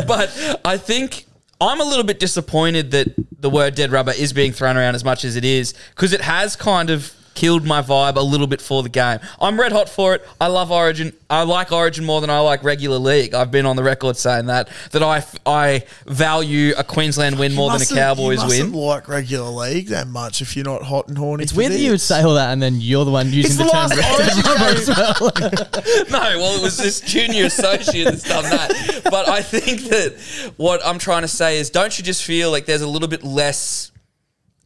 E: but I think I'm a little bit disappointed that the word dead rubber is being thrown around as much as it is because it has kind of killed my vibe a little bit for the game. I'm red hot for it. I love Origin. I like Origin more than I like regular league. I've been on the record saying that that I I value a Queensland win more than a
A: mustn't-
E: Cowboys
A: you mustn't
E: win.
A: Like regular league that much if you're not hot and horny.
B: It's weird that you would say all that and then you're the one using
A: It's
B: the,
A: the
B: term
A: last
B: red as well.
E: no, well, it was this junior associate that's done that. But I think that what I'm trying to say is, don't you just feel like there's a little bit less,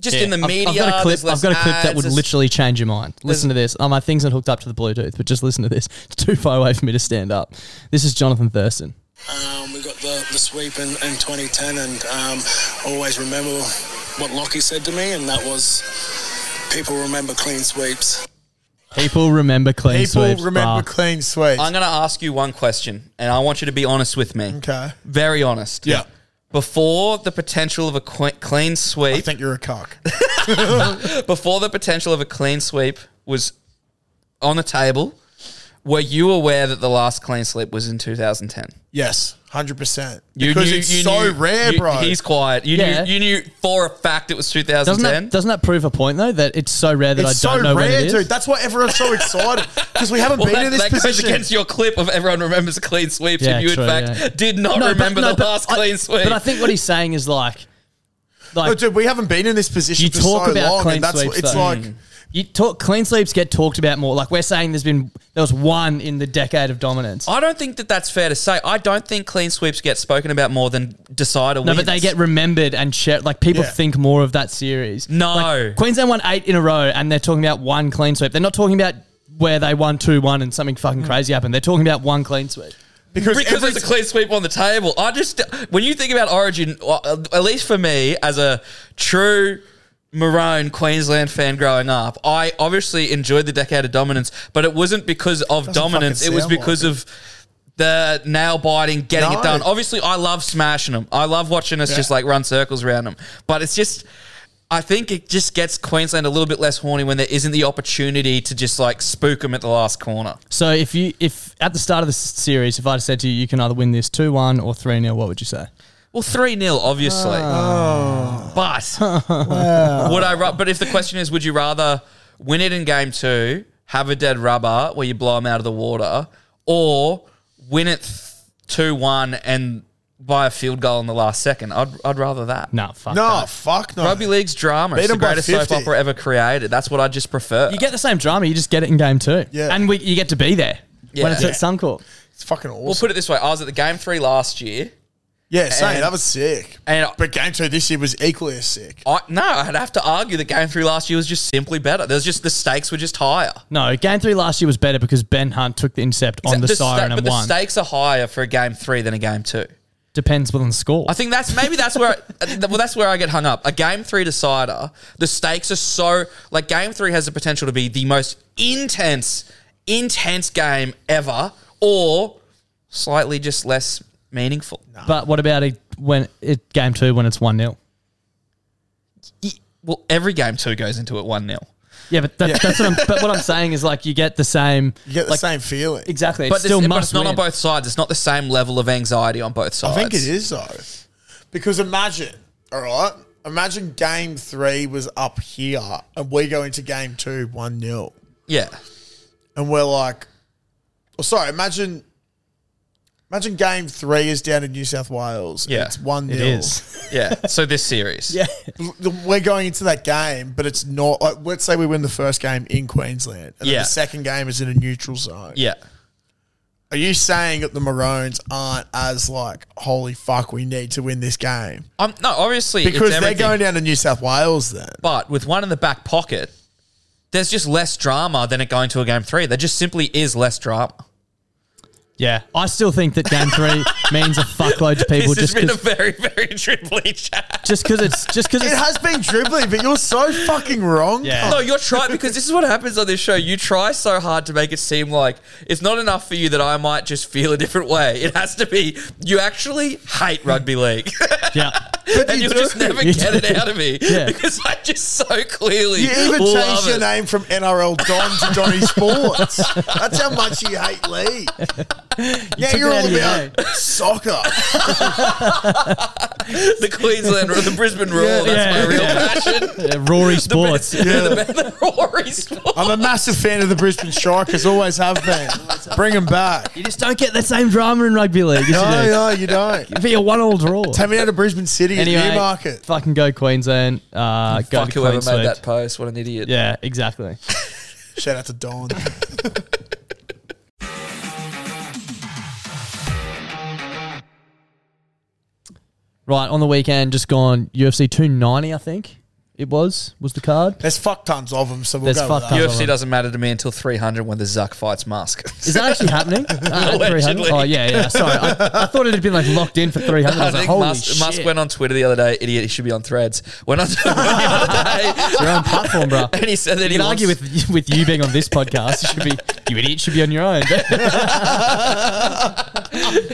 E: just in the
B: I've-
E: media?
B: I've, got a clip.
E: there's less
B: I've got a clip that
E: ads,
B: would
E: there's-
B: literally change your mind. Listen to this. Oh, my thing's not hooked up to the Bluetooth, but just listen to this. It's too far away for me to stand up. This is Jonathan Thurston.
F: Um, we got the, the sweep in, in 2010, and um, always remember what Lockie said to me, and that was people remember clean sweeps.
B: People remember clean
F: People
B: sweeps. Ah.
F: remember
B: bruh.
A: clean sweeps.
E: I'm going to ask you one question, and I want you to be honest with me.
A: Okay.
E: Very honest.
A: Yeah.
E: Before the potential of a que- clean sweep, I think
A: you're a cock.
E: before the potential of a clean sweep was on the table, were you aware that the last clean sweep was in 2010?
A: Yes, hundred percent.
E: You
A: Because
E: knew-
A: it's
E: you
A: so
E: knew-
A: rare,
E: you-
A: bro.
E: He's quiet. You
B: Yeah.
E: knew you knew for a fact it was
B: Doesn't
E: 2010.
B: that, doesn't that prove a point though that it's so rare that
E: It's
B: I don't
E: so
B: know when
E: rare,
B: it is?
E: dude.
A: That's why everyone's so excited because we haven't
E: Well,
A: been
E: that,
A: in this
E: that
A: position.
E: goes against your clip of everyone remembers clean sweeps,
B: Yeah,
E: and you
B: true,
E: in fact
B: yeah.
E: did not
B: No, but-
E: remember
B: no,
E: the
B: but
E: last
B: I-
E: clean sweep.
B: But I think what he's saying is like, like
A: no, dude, we haven't been in this position
B: you
A: for
B: talk
A: so
B: about
A: long,
B: clean
A: and that's
B: sweeps.
A: what it's
B: though.
A: like.
E: Mm.
B: You talk clean sweeps get talked about more. Like we're saying, there's been there was one in the decade of dominance.
E: I don't think that that's fair to say. I don't think clean sweeps get spoken about more than decider
B: No,
E: wins.
B: but they get remembered and shared. Like people
E: Yeah.
B: think more of that series.
E: No.
B: Like, Queensland won eight in a row, and they're talking about one clean sweep. They're not talking about where they won two one and something
E: Mm.
B: fucking crazy happened. They're talking about one clean sweep.
E: because, there's a clean sweep on the table. I just when you think about Origin, uh, at least for me as a true Maroon Queensland fan growing up, I obviously enjoyed the decade of dominance, but it wasn't because of
G: Doesn't
E: dominance. It
G: fucking
E: was
G: sound like
E: because
G: it.
E: of the nail biting, getting
G: No.
E: it done. Obviously, I love smashing them. I love watching us
G: Yeah.
E: just like run circles around them. But it's just. I think it just gets Queensland a little bit less horny when there isn't the opportunity to just like spook them at the last corner.
B: So if you if at the start of the s- series, if I'd said to you, you can either win this two one or three 0 what would you say?
E: Well, 3 0, obviously.
B: Ah. Oh.
E: But would I? Ru- but if the question is, would you rather win it in game two, have a dead rubber where you blow them out of the water, or win it two one and by a field goal in the last second? I'd, I'd rather that.
B: No, fuck.
A: No, fuck no.
E: Rugby league's drama.
B: Beat
E: it's the
B: 'em by
E: greatest
B: 50.
E: soap opera ever created. That's what I just prefer.
B: You get the same drama. You just get it in game two. Yeah, and we, you get to be there when
E: Yeah.
B: it's at
E: Yeah.
B: Suncorp.
A: It's fucking awesome.
E: We'll put it this way: I was at the game three last year.
A: Yeah, same.
E: And-
A: that was sick.
E: And
A: but game two this year was equally as sick.
E: I, no, I'd have to argue that game three last year was just simply better. There's just the stakes were just higher.
B: No, game three last year was better because Ben Hunt took the intercept on the,
E: sta-
B: siren
E: but
B: and
E: the
B: won.
E: stakes are higher for a game three than a game two.
B: Depends on the score.
E: I think that's maybe that's where uh, th- well that's where I get hung up. A game three decider, the stakes are so like game three has the potential to be the most intense, intense game ever, or slightly just less meaningful.
B: But what about it when it game two when it's one 0
E: Well, every game two goes into it one 0
B: Yeah, but that, that's what I'm. But what I'm saying is like you get the same. You
A: get the
B: like,
A: same feeling.
B: Exactly.
E: but
B: it's still
E: this, but
B: must
E: it's not on
B: win.
E: both sides. It's not the same level of anxiety on
A: I
E: both sides.
A: think it is though, because imagine, all right, imagine game three was up here and we go into game two one 0
E: Yeah.
A: and we're like, oh, sorry, imagine. Imagine game three is down in New South Wales. and
E: Yeah.
A: It's 1 0.
E: It is. Yeah. So this series.
A: Yeah. We're going into that game, but it's not. Like, let's say we win the first game in Queensland, and then
E: Yeah.
A: the second game is in a neutral zone.
E: Yeah.
A: Are you saying that the Maroons aren't as like, holy fuck, we need to win this game?
E: Um, no, obviously it's
A: Because they're
E: everything.
A: going down to New South Wales then.
E: But with one in the back pocket, there's just less drama than it going to a game three. There just simply is less drama.
B: Yeah, I still think that game three means a fuckload to people
E: this has
B: just
E: been a
B: because
E: very, very dribbly chat.
B: just because it's just because
A: It has been dribbling, but you're so fucking wrong.
E: No, you're trying because this is what happens on this show. You try so hard to make it seem like it's not enough for you that I might just feel a different way. It has to be you actually hate rugby league.
B: yeah.
E: and
A: you
E: you'll just
A: do.
E: never
A: You
E: get it
A: do.
E: out of me
A: Yeah.
E: because I just so clearly
A: You even
E: love
A: changed your
E: it.
A: name from NRL Don to Donny Sports. That's how much you hate Lee. now
E: took
A: you're
E: it out
A: all
E: of your
A: about soccer.
E: the Queensland, the Brisbane rule.
B: Yeah,
E: that's
B: yeah.
E: my real passion.
B: Rory Sports.
A: I'm a massive fan of the Brisbane Strikers, always have been. Bring them back.
B: You just don't get the same drama in rugby league. as you
A: No,
B: do.
A: no, you don't.
B: It'd be a one-all draw.
A: Oh, Take me down to Brisbane City, it's Newmarket.
B: Fucking go Queensland. Uh, go
E: Fuck
B: to
E: whoever
B: Queen
E: made
B: Sweep.
E: that post. What an idiot.
B: Yeah, exactly.
A: Shout out to Don.
B: Right on the weekend, just gone UFC 290. I think it was was the card.
A: There's fuck tons of them, so we'll
B: There's
A: go with
B: fuck
A: that.
B: tons.
E: UFC doesn't matter to me until 300 when the Zuck fights Musk.
B: Is that actually happening? Uh, 300?
E: Allegedly.
B: Oh yeah, yeah. Sorry, I, I thought it had been like locked in for 300. I
E: I
B: was like,
E: think
B: holy
E: Musk,
B: shit.
E: Musk went on Twitter the other day. Idiot, he should be on Threads. Went on Twitter the other day,
B: It's your own platform, bro.
E: and he said that
B: You
E: he
B: can argue
E: wants-
B: with with you being on this podcast. You should be you idiot. Should be on your own.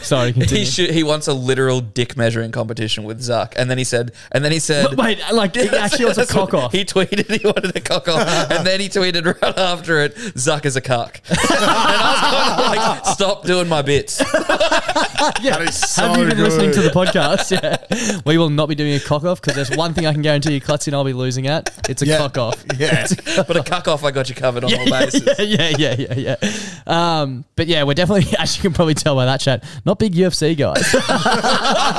B: Sorry, continue.
E: He should, he wants a literal dick measuring competition with Zuck, and then he said, and then he said,
B: Wait, like it actually was a
E: That's what-
B: cock off.
E: He tweeted he wanted a cock off, and then he tweeted right after it, Zuck is a cuck. and I was kind of like, stop doing my bits.
B: yeah.
A: That is so
B: Have you been
A: good.
B: listening to the podcast? Yeah. We will not be doing a cock off because there's one thing I can guarantee you, Klutzy and I'll be losing at. It's a
A: Yeah.
B: cock off.
A: Yeah.
E: But a cuck off, I got you covered on all
B: yeah,
E: bases.
B: yeah, yeah, yeah, yeah, yeah. Um, but yeah, we're definitely, as you can probably tell by that chat, not big UFC guys.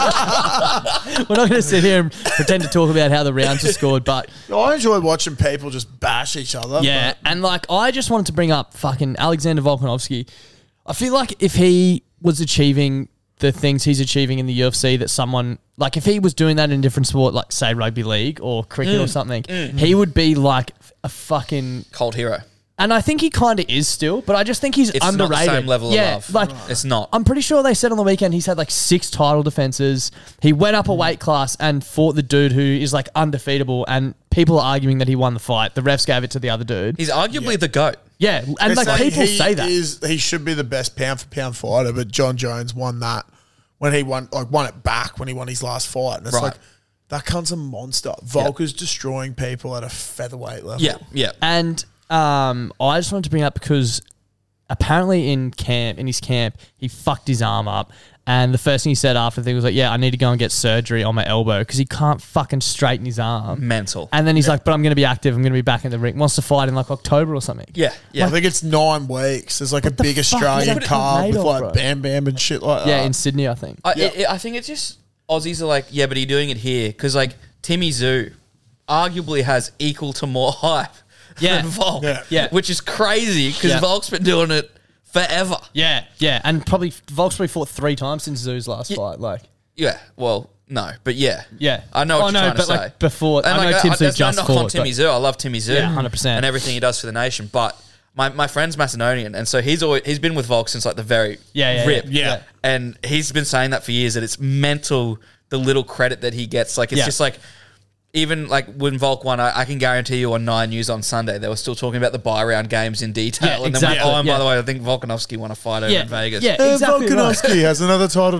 B: we're not going to sit here and pretend to talk about how the rounds are scored, but
A: I enjoy watching people just bash each other.
B: yeah, and like I just wanted to bring up fucking Alexander Volkanovski. I feel like if he was achieving the things he's achieving in the UFC, that someone like if he was doing that in a different sport, like say rugby league or cricket
E: Mm.
B: or something, he would be like a fucking.
E: Cold hero.
B: And I think he kind of is still, but I just think he's
E: It's
B: underrated.
E: not the same level
B: yeah,
E: of love.
B: like
E: it's not.
B: I'm pretty sure they said on the weekend he's had like six title defenses. He went up a weight class and fought the dude who is like undefeatable, and people are arguing that he won the fight. The refs gave it to the other dude.
E: He's arguably the goat.
B: yeah, and
A: It's
B: like people
A: he
B: say that.
A: is- he should be the best pound for pound fighter, but John Jones won that when he won like won it back when he won his last fight, and it's
E: Right.
A: like that cunt's a monster. Volker's destroying people at a featherweight level.
E: Yeah, yeah.
B: and um, I just wanted to bring it up because apparently in camp, in his camp, he fucked his arm up. And the first thing he said after the thing was like, "Yeah, I need to go and get surgery on my elbow because he can't fucking straighten his arm."
E: Mental.
B: And then he's like, "But I'm going to be active. I'm going to be back in the ring. Wants to fight in like October or something."
E: yeah, yeah.
A: I think it's nine weeks. There's like a big
B: fuck is
A: Australian
B: that
A: card
B: made
A: with
B: of,
A: like
B: bro?
A: Bam Bam and shit like
B: Yeah,
A: that.
B: in Sydney, I think.
E: I, it, I think it's just Aussies are like, yeah, but are you doing it here? Because like Timmy Zoo arguably has equal to more hype
B: Yeah.
E: than Volk.
A: Yeah.
B: Yeah.
E: Which is crazy because
B: Yeah.
E: Volk's been doing it forever.
B: Yeah, yeah, and probably Volk's probably fought three times since Zoo's last fight. Like,
E: Yeah. Well, no, but yeah.
B: Yeah.
E: I know
B: Oh,
E: what you're
B: no,
E: trying
B: but,
E: to say.
B: like, before- I know Tim Zoo
E: there's
B: just
E: knock on
B: fought,
E: Timmy
B: but-
E: Zoo. I love Timmy Zoo.
B: Yeah, 100%.
E: And everything he does for the nation. But my, my friend's Macedonian, and so he's always he's been with Volk since like the very
B: Yeah, yeah, yeah.
E: rip.
B: Yeah.
E: And he's been saying that for years that it's mental the little credit that he gets. Like it's
B: Yeah.
E: just like even like when Volk won, I, I can guarantee you on Nine News on Sunday they were still talking about the buy round games in detail,
B: Yeah,
E: and then
B: exactly,
E: went, oh, and
B: yeah.
E: by the way, I think Volkanovski won a fight over
B: yeah,
E: in Vegas.
B: yeah,
A: Uh,
B: exactly. right.
A: Volkanovski has another title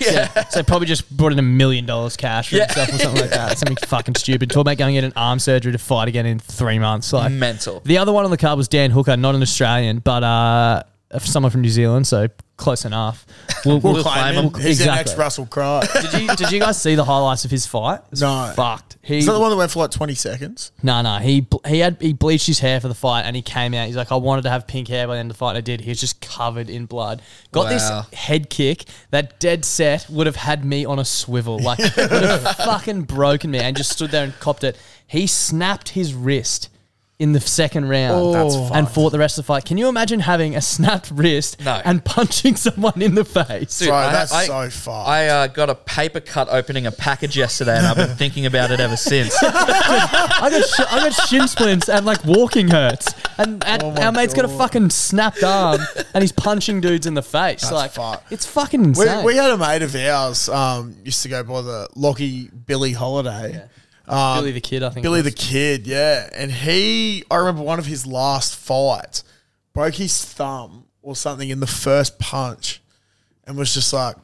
B: Yeah. So probably just brought in a million dollars cash for
E: Yeah.
B: himself or something like that. Something fucking stupid. Talk about going in an arm surgery to fight again in three months. Like
E: Mental.
B: The other one on the card was Dan Hooker, not an Australian, but uh, someone from New Zealand, so close enough. We'll,
A: We'll, claim him. He's the next
B: exactly.
A: Russell Crowe.
B: Did you, did you guys see the highlights of his fight? It's
A: No.
B: fucked. He,
A: Is that the one that went for like 20 seconds?
B: No, no, he ble- he had he bleached his hair for the fight, and he came out. He's like, I wanted to have pink hair by the end of the fight. And I did. He was just covered in blood. Got
E: Wow.
B: this head kick that dead set would have had me on a swivel, like would have fucking broken me, and just stood there and copped it. He snapped his wrist in the second round
E: Oh.
A: That's
B: and fought the rest of the fight. Can you imagine having a snapped wrist
E: No.
B: and punching someone in the face?
E: Dude,
A: Bro,
E: I-
A: that's
E: I-
A: so far.
E: I uh, got a paper cut opening a package yesterday, and I've been thinking about it ever since.
B: I got sh- I got shin splints and like walking hurts, and, and
A: Oh my
B: our mate's got a
A: God.
B: fucking snapped arm, and he's punching dudes in the face. like
A: fucked.
B: it's fucking
A: We,
B: insane.
A: we had a mate of ours um, used to go by the Lockie Billy Holiday. Um,
B: Billy the Kid, I think
A: Billy
B: it
A: the
B: was.
A: Kid, yeah. And he, I remember one of his last fights, broke his thumb or something in the first punch and was just like,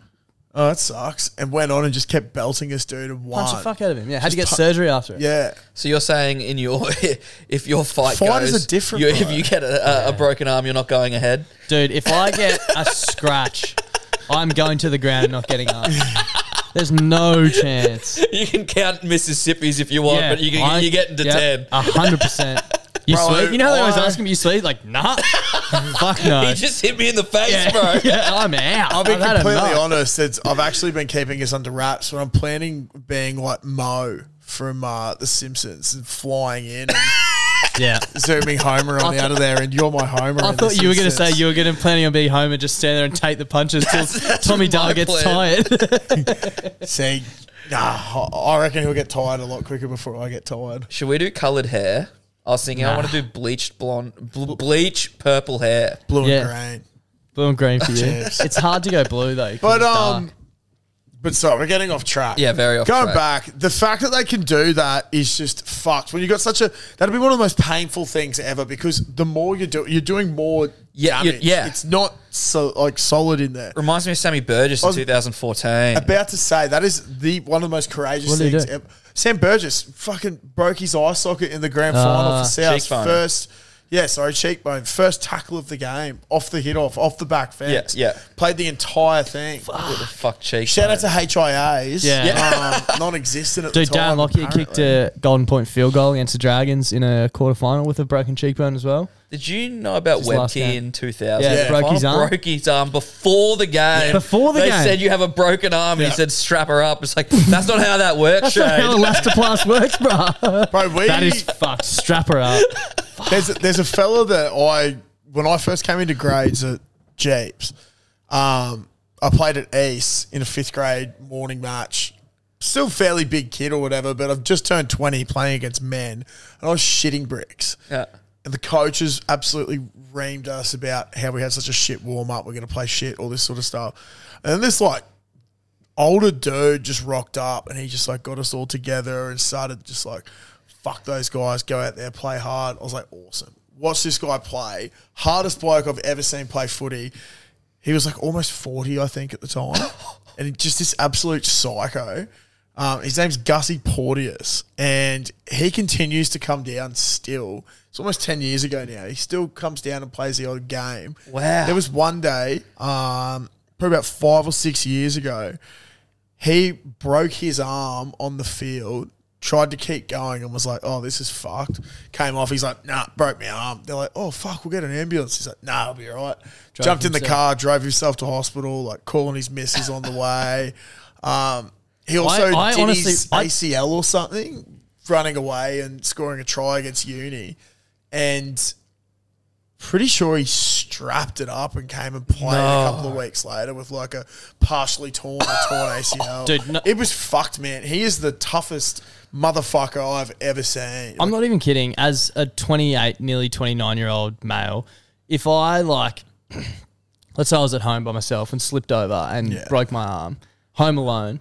A: oh, that sucks. And went on and just kept belting this dude and won.
B: punch the fuck out of him. Yeah, had to get
A: Just pu-
B: surgery after it.
A: Yeah.
E: so you're saying in your if your fight
A: Fighters
E: goes,
A: are different,
E: you- if
A: bro.
E: you get a, a, a broken arm, you're not going ahead.
B: dude. If I get a scratch, I'm going to the ground and not getting up. There's no chance.
E: You can count Mississippi's if you want, but you can, you're getting to ten.
B: A hundred percent. You
E: Bro,
B: sleep? You know how they always
E: I-
B: ask me, you sleep? Like, nah. Fuck no.
E: He just hit me in the face,
B: Yeah.
E: bro.
B: Yeah, I'm out.
A: I'll be
B: I've had
A: completely
B: enough.
A: honest. It's, I've actually been keeping us under wraps, but I'm planning being like Mo from uh, The Simpsons and flying in and
B: yeah.
A: zooming Homer on
B: I
A: the out of
B: thought-
A: there, and you're my Homer.
B: I
A: in
B: thought
A: The
B: you were going to say
A: Simpsons.
B: you were going to planning on being home and just stand there and take the punches till Tommy Dahl gets tired.
A: See, nah, I- I reckon he'll get tired a lot quicker before I get tired.
E: Should we do coloured hair? I was thinking I
A: Nah.
E: want to do bleached blonde, bl- bleach purple hair,
A: Blue
B: Yeah.
A: green.
B: Blue and green for you.
A: Cheers.
B: It's hard to go blue though. 'cause
A: But
B: it's
A: um,
B: dark.
A: but sorry, we're getting off track.
B: Yeah, very off
A: Going
B: track.
A: back, the fact that they can do that is just fucked. When you got such a that'd be one of the most painful things ever because the more you do, you're doing more.
E: Yeah,
A: damage.
E: yeah.
A: It's not so like solid in there.
E: Reminds me of Sammy Burgess
A: I
E: in
A: was
E: 2014.
A: About to say that is the one of the most courageous
E: What did he
A: things
E: do?
A: ever. Sam Burgess fucking broke his eye socket in the grand final
E: Ah.
A: for South
E: Cheekbone.
A: first. Yeah, sorry, cheekbone. First tackle of the game, off the hit off, off the back fence.
E: Yeah, yeah.
A: Played the entire thing.
E: What the fuck cheek?
A: Shout out to HIAs.
B: Yeah.
A: Um, non-existent at
B: Dude,
A: the time.
B: Dan Lockyer kicked a golden point field goal against the Dragons in a quarterfinal with a broken cheekbone as well.
E: Did you know about
B: Just last
E: Webkey
B: game.
E: in 2000?
B: Yeah, Yeah. broke his arm.
E: Broke his arm before the game.
B: Before the
E: they
B: game.
E: said you have a broken arm.
B: Yeah.
E: He said strap her up. It's like that's not how that works.
B: That's not
E: Shane.
B: how elastoplast works, bro.
A: Bro, we-
B: that is fucked. Strap her up.
A: There's a, there's a fella that I when I first came into grades at Jeeps, um, I played at Ace in a fifth grade morning match. Still fairly big kid or whatever, but I've just turned twenty playing against men, and I was shitting bricks.
E: Yeah.
A: And the coaches absolutely reamed us about how we had such a shit warm up. We're going to play shit, all this sort of stuff. And then this like older dude just rocked up and he just like got us all together and started just like, fuck those guys, go out there, play hard. I was like, awesome. Watch this guy play. Hardest bloke I've ever seen play footy. He was like almost 40, I think, at the time. and he- just this absolute psycho. Um, his name's Gussie Porteous, and he continues to come down still. It's almost 10 years ago now. He still comes down and plays the odd game.
E: Wow.
A: There was one day, um, probably about five or six years ago, he broke his arm on the field, tried to keep going, and was like, "Oh, this is fucked." Came off. He's like, "Nah, broke my arm." They're like, "Oh fuck, we'll get an ambulance." He's like, "Nah, I'll be all right."
B: Drove
A: Jumped in the
B: himself.
A: car, drove himself to hospital, like calling his missus on the way. Um, he also
B: I- I
A: did
B: honestly-
A: his
B: I-
A: ACL or something, running away and scoring a try against Uni, and. Pretty sure he strapped it up and came and played a
B: No.
A: couple of weeks later with like a partially torn or torn ACL.
B: Dude,
A: it was fucked, man. He is the toughest motherfucker I've ever seen.
B: I'm not even kidding. As a 28, nearly 29 year old male, if I like, let's say I was at home by myself and slipped over and broke my arm, home alone.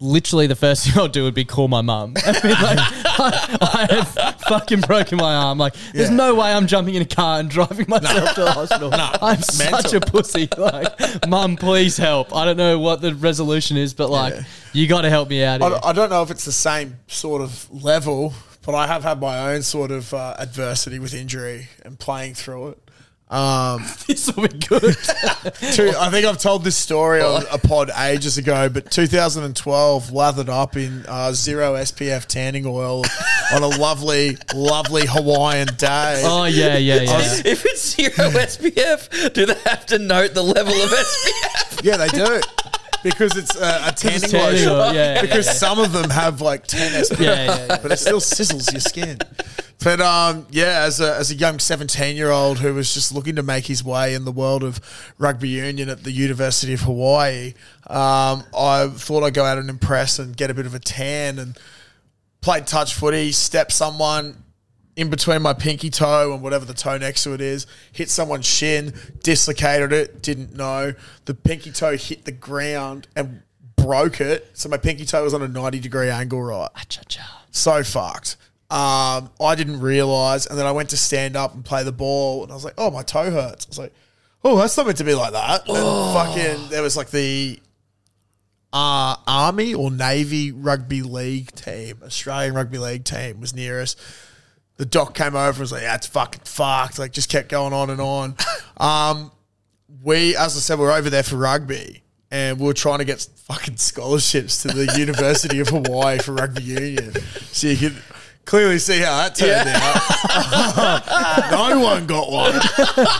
B: Literally, the first thing I'll do would be call my mum. I, mean, like, I, I have fucking broken my arm. Like, there's
A: Yeah.
B: no way I'm jumping in a car and driving myself to the hospital. I'm
A: mental.
B: such a pussy. Like, mum, please help. I don't know what the resolution is, but like, you got to help me out.
A: I,
B: Here.
A: don't- I don't know if it's the same sort of level, but I have had my own sort of uh, adversity with injury and playing through it. Um,
B: this will be good.
A: two, I think I've told this story on a pod ages ago, but 2012 lathered up in uh, zero SPF tanning oil on a lovely, lovely Hawaiian day.
B: Oh, yeah, yeah, yeah.
A: I was-
E: If it's zero SPF, do they have to note the level of SPF?
A: Yeah, they do. Because it's uh, a tanning,
B: it's tanning
A: lotion.
B: oil, yeah, yeah,
A: because
B: yeah.
A: some of them have like 10 SPF,
B: Yeah, yeah, yeah.
A: but it still sizzles your skin. But um, yeah, as a, as a young 17 year old who was just looking to make his way in the world of rugby union at the University of Hawaii, um, I thought I'd go out and impress and get a bit of a tan and played touch footy, stepped someone in between my pinky toe and whatever the toe next to it is, hit someone's shin, dislocated it, didn't know. The pinky toe hit the ground and broke it. So my pinky toe was on a 90 degree angle, right? So fucked. Um, I didn't realize. And then I went to stand up and play the ball and I was like, oh, my toe hurts. I was like, oh, that's not meant to be like that. And fucking, there was like the uh, Army or Navy rugby league team, Australian rugby league team, was near us. The doc came over and was like, "Yeah, it's fucking fucked." Like, just kept going on and on. um, we, as I said, we're over there for rugby, and we were trying to get fucking scholarships to the University of Hawaii for rugby union. So you could clearly see how that turned out. no one got one.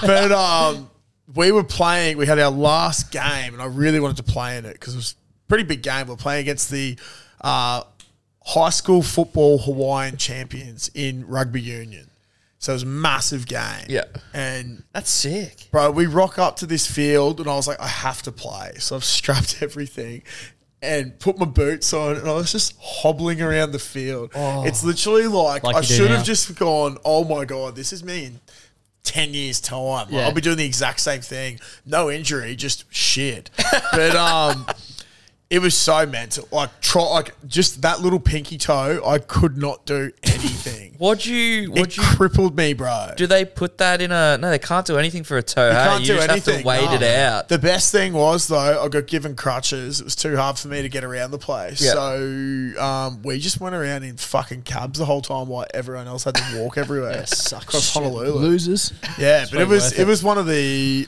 A: But um, we were playing, we had our last game, and I really wanted to play in it because it was a pretty big game. We are playing against the uh, high school football Hawaiian champions in rugby union. So it was a massive game.
E: Yeah.
A: And
E: that's sick.
A: Bro, we rock up to this field and I was like, I have to play. So I've strapped everything and put my boots on and I was just hobbling around the field.
G: Oh.
A: It's literally like,
G: Like
A: I
G: you do
A: should
G: now.
A: have just gone, oh my God, this is me in 10 years' time. Like,
G: Yeah.
A: I'll be doing the exact same thing. No injury, just shit. but, um,. It was so mental. Like, try, like just that little pinky toe, I could not do anything.
E: What'd you, what'd
A: it crippled me, bro.
E: Do they put that in a? No, they can't do anything for a toe.
A: You
E: hey?
A: can't
E: you
A: do
E: just
A: anything.
E: Have to wait
A: no.
E: it out.
A: The best thing was though, I got given crutches. It was too hard for me to get around the place,
E: Yeah.
A: so um, we just went around in fucking cabs the whole time, while everyone else had to walk everywhere. Across Honolulu,
B: Losers.
A: Yeah,
B: It's
A: but it
B: probably
A: was
B: worth
A: it. was one of the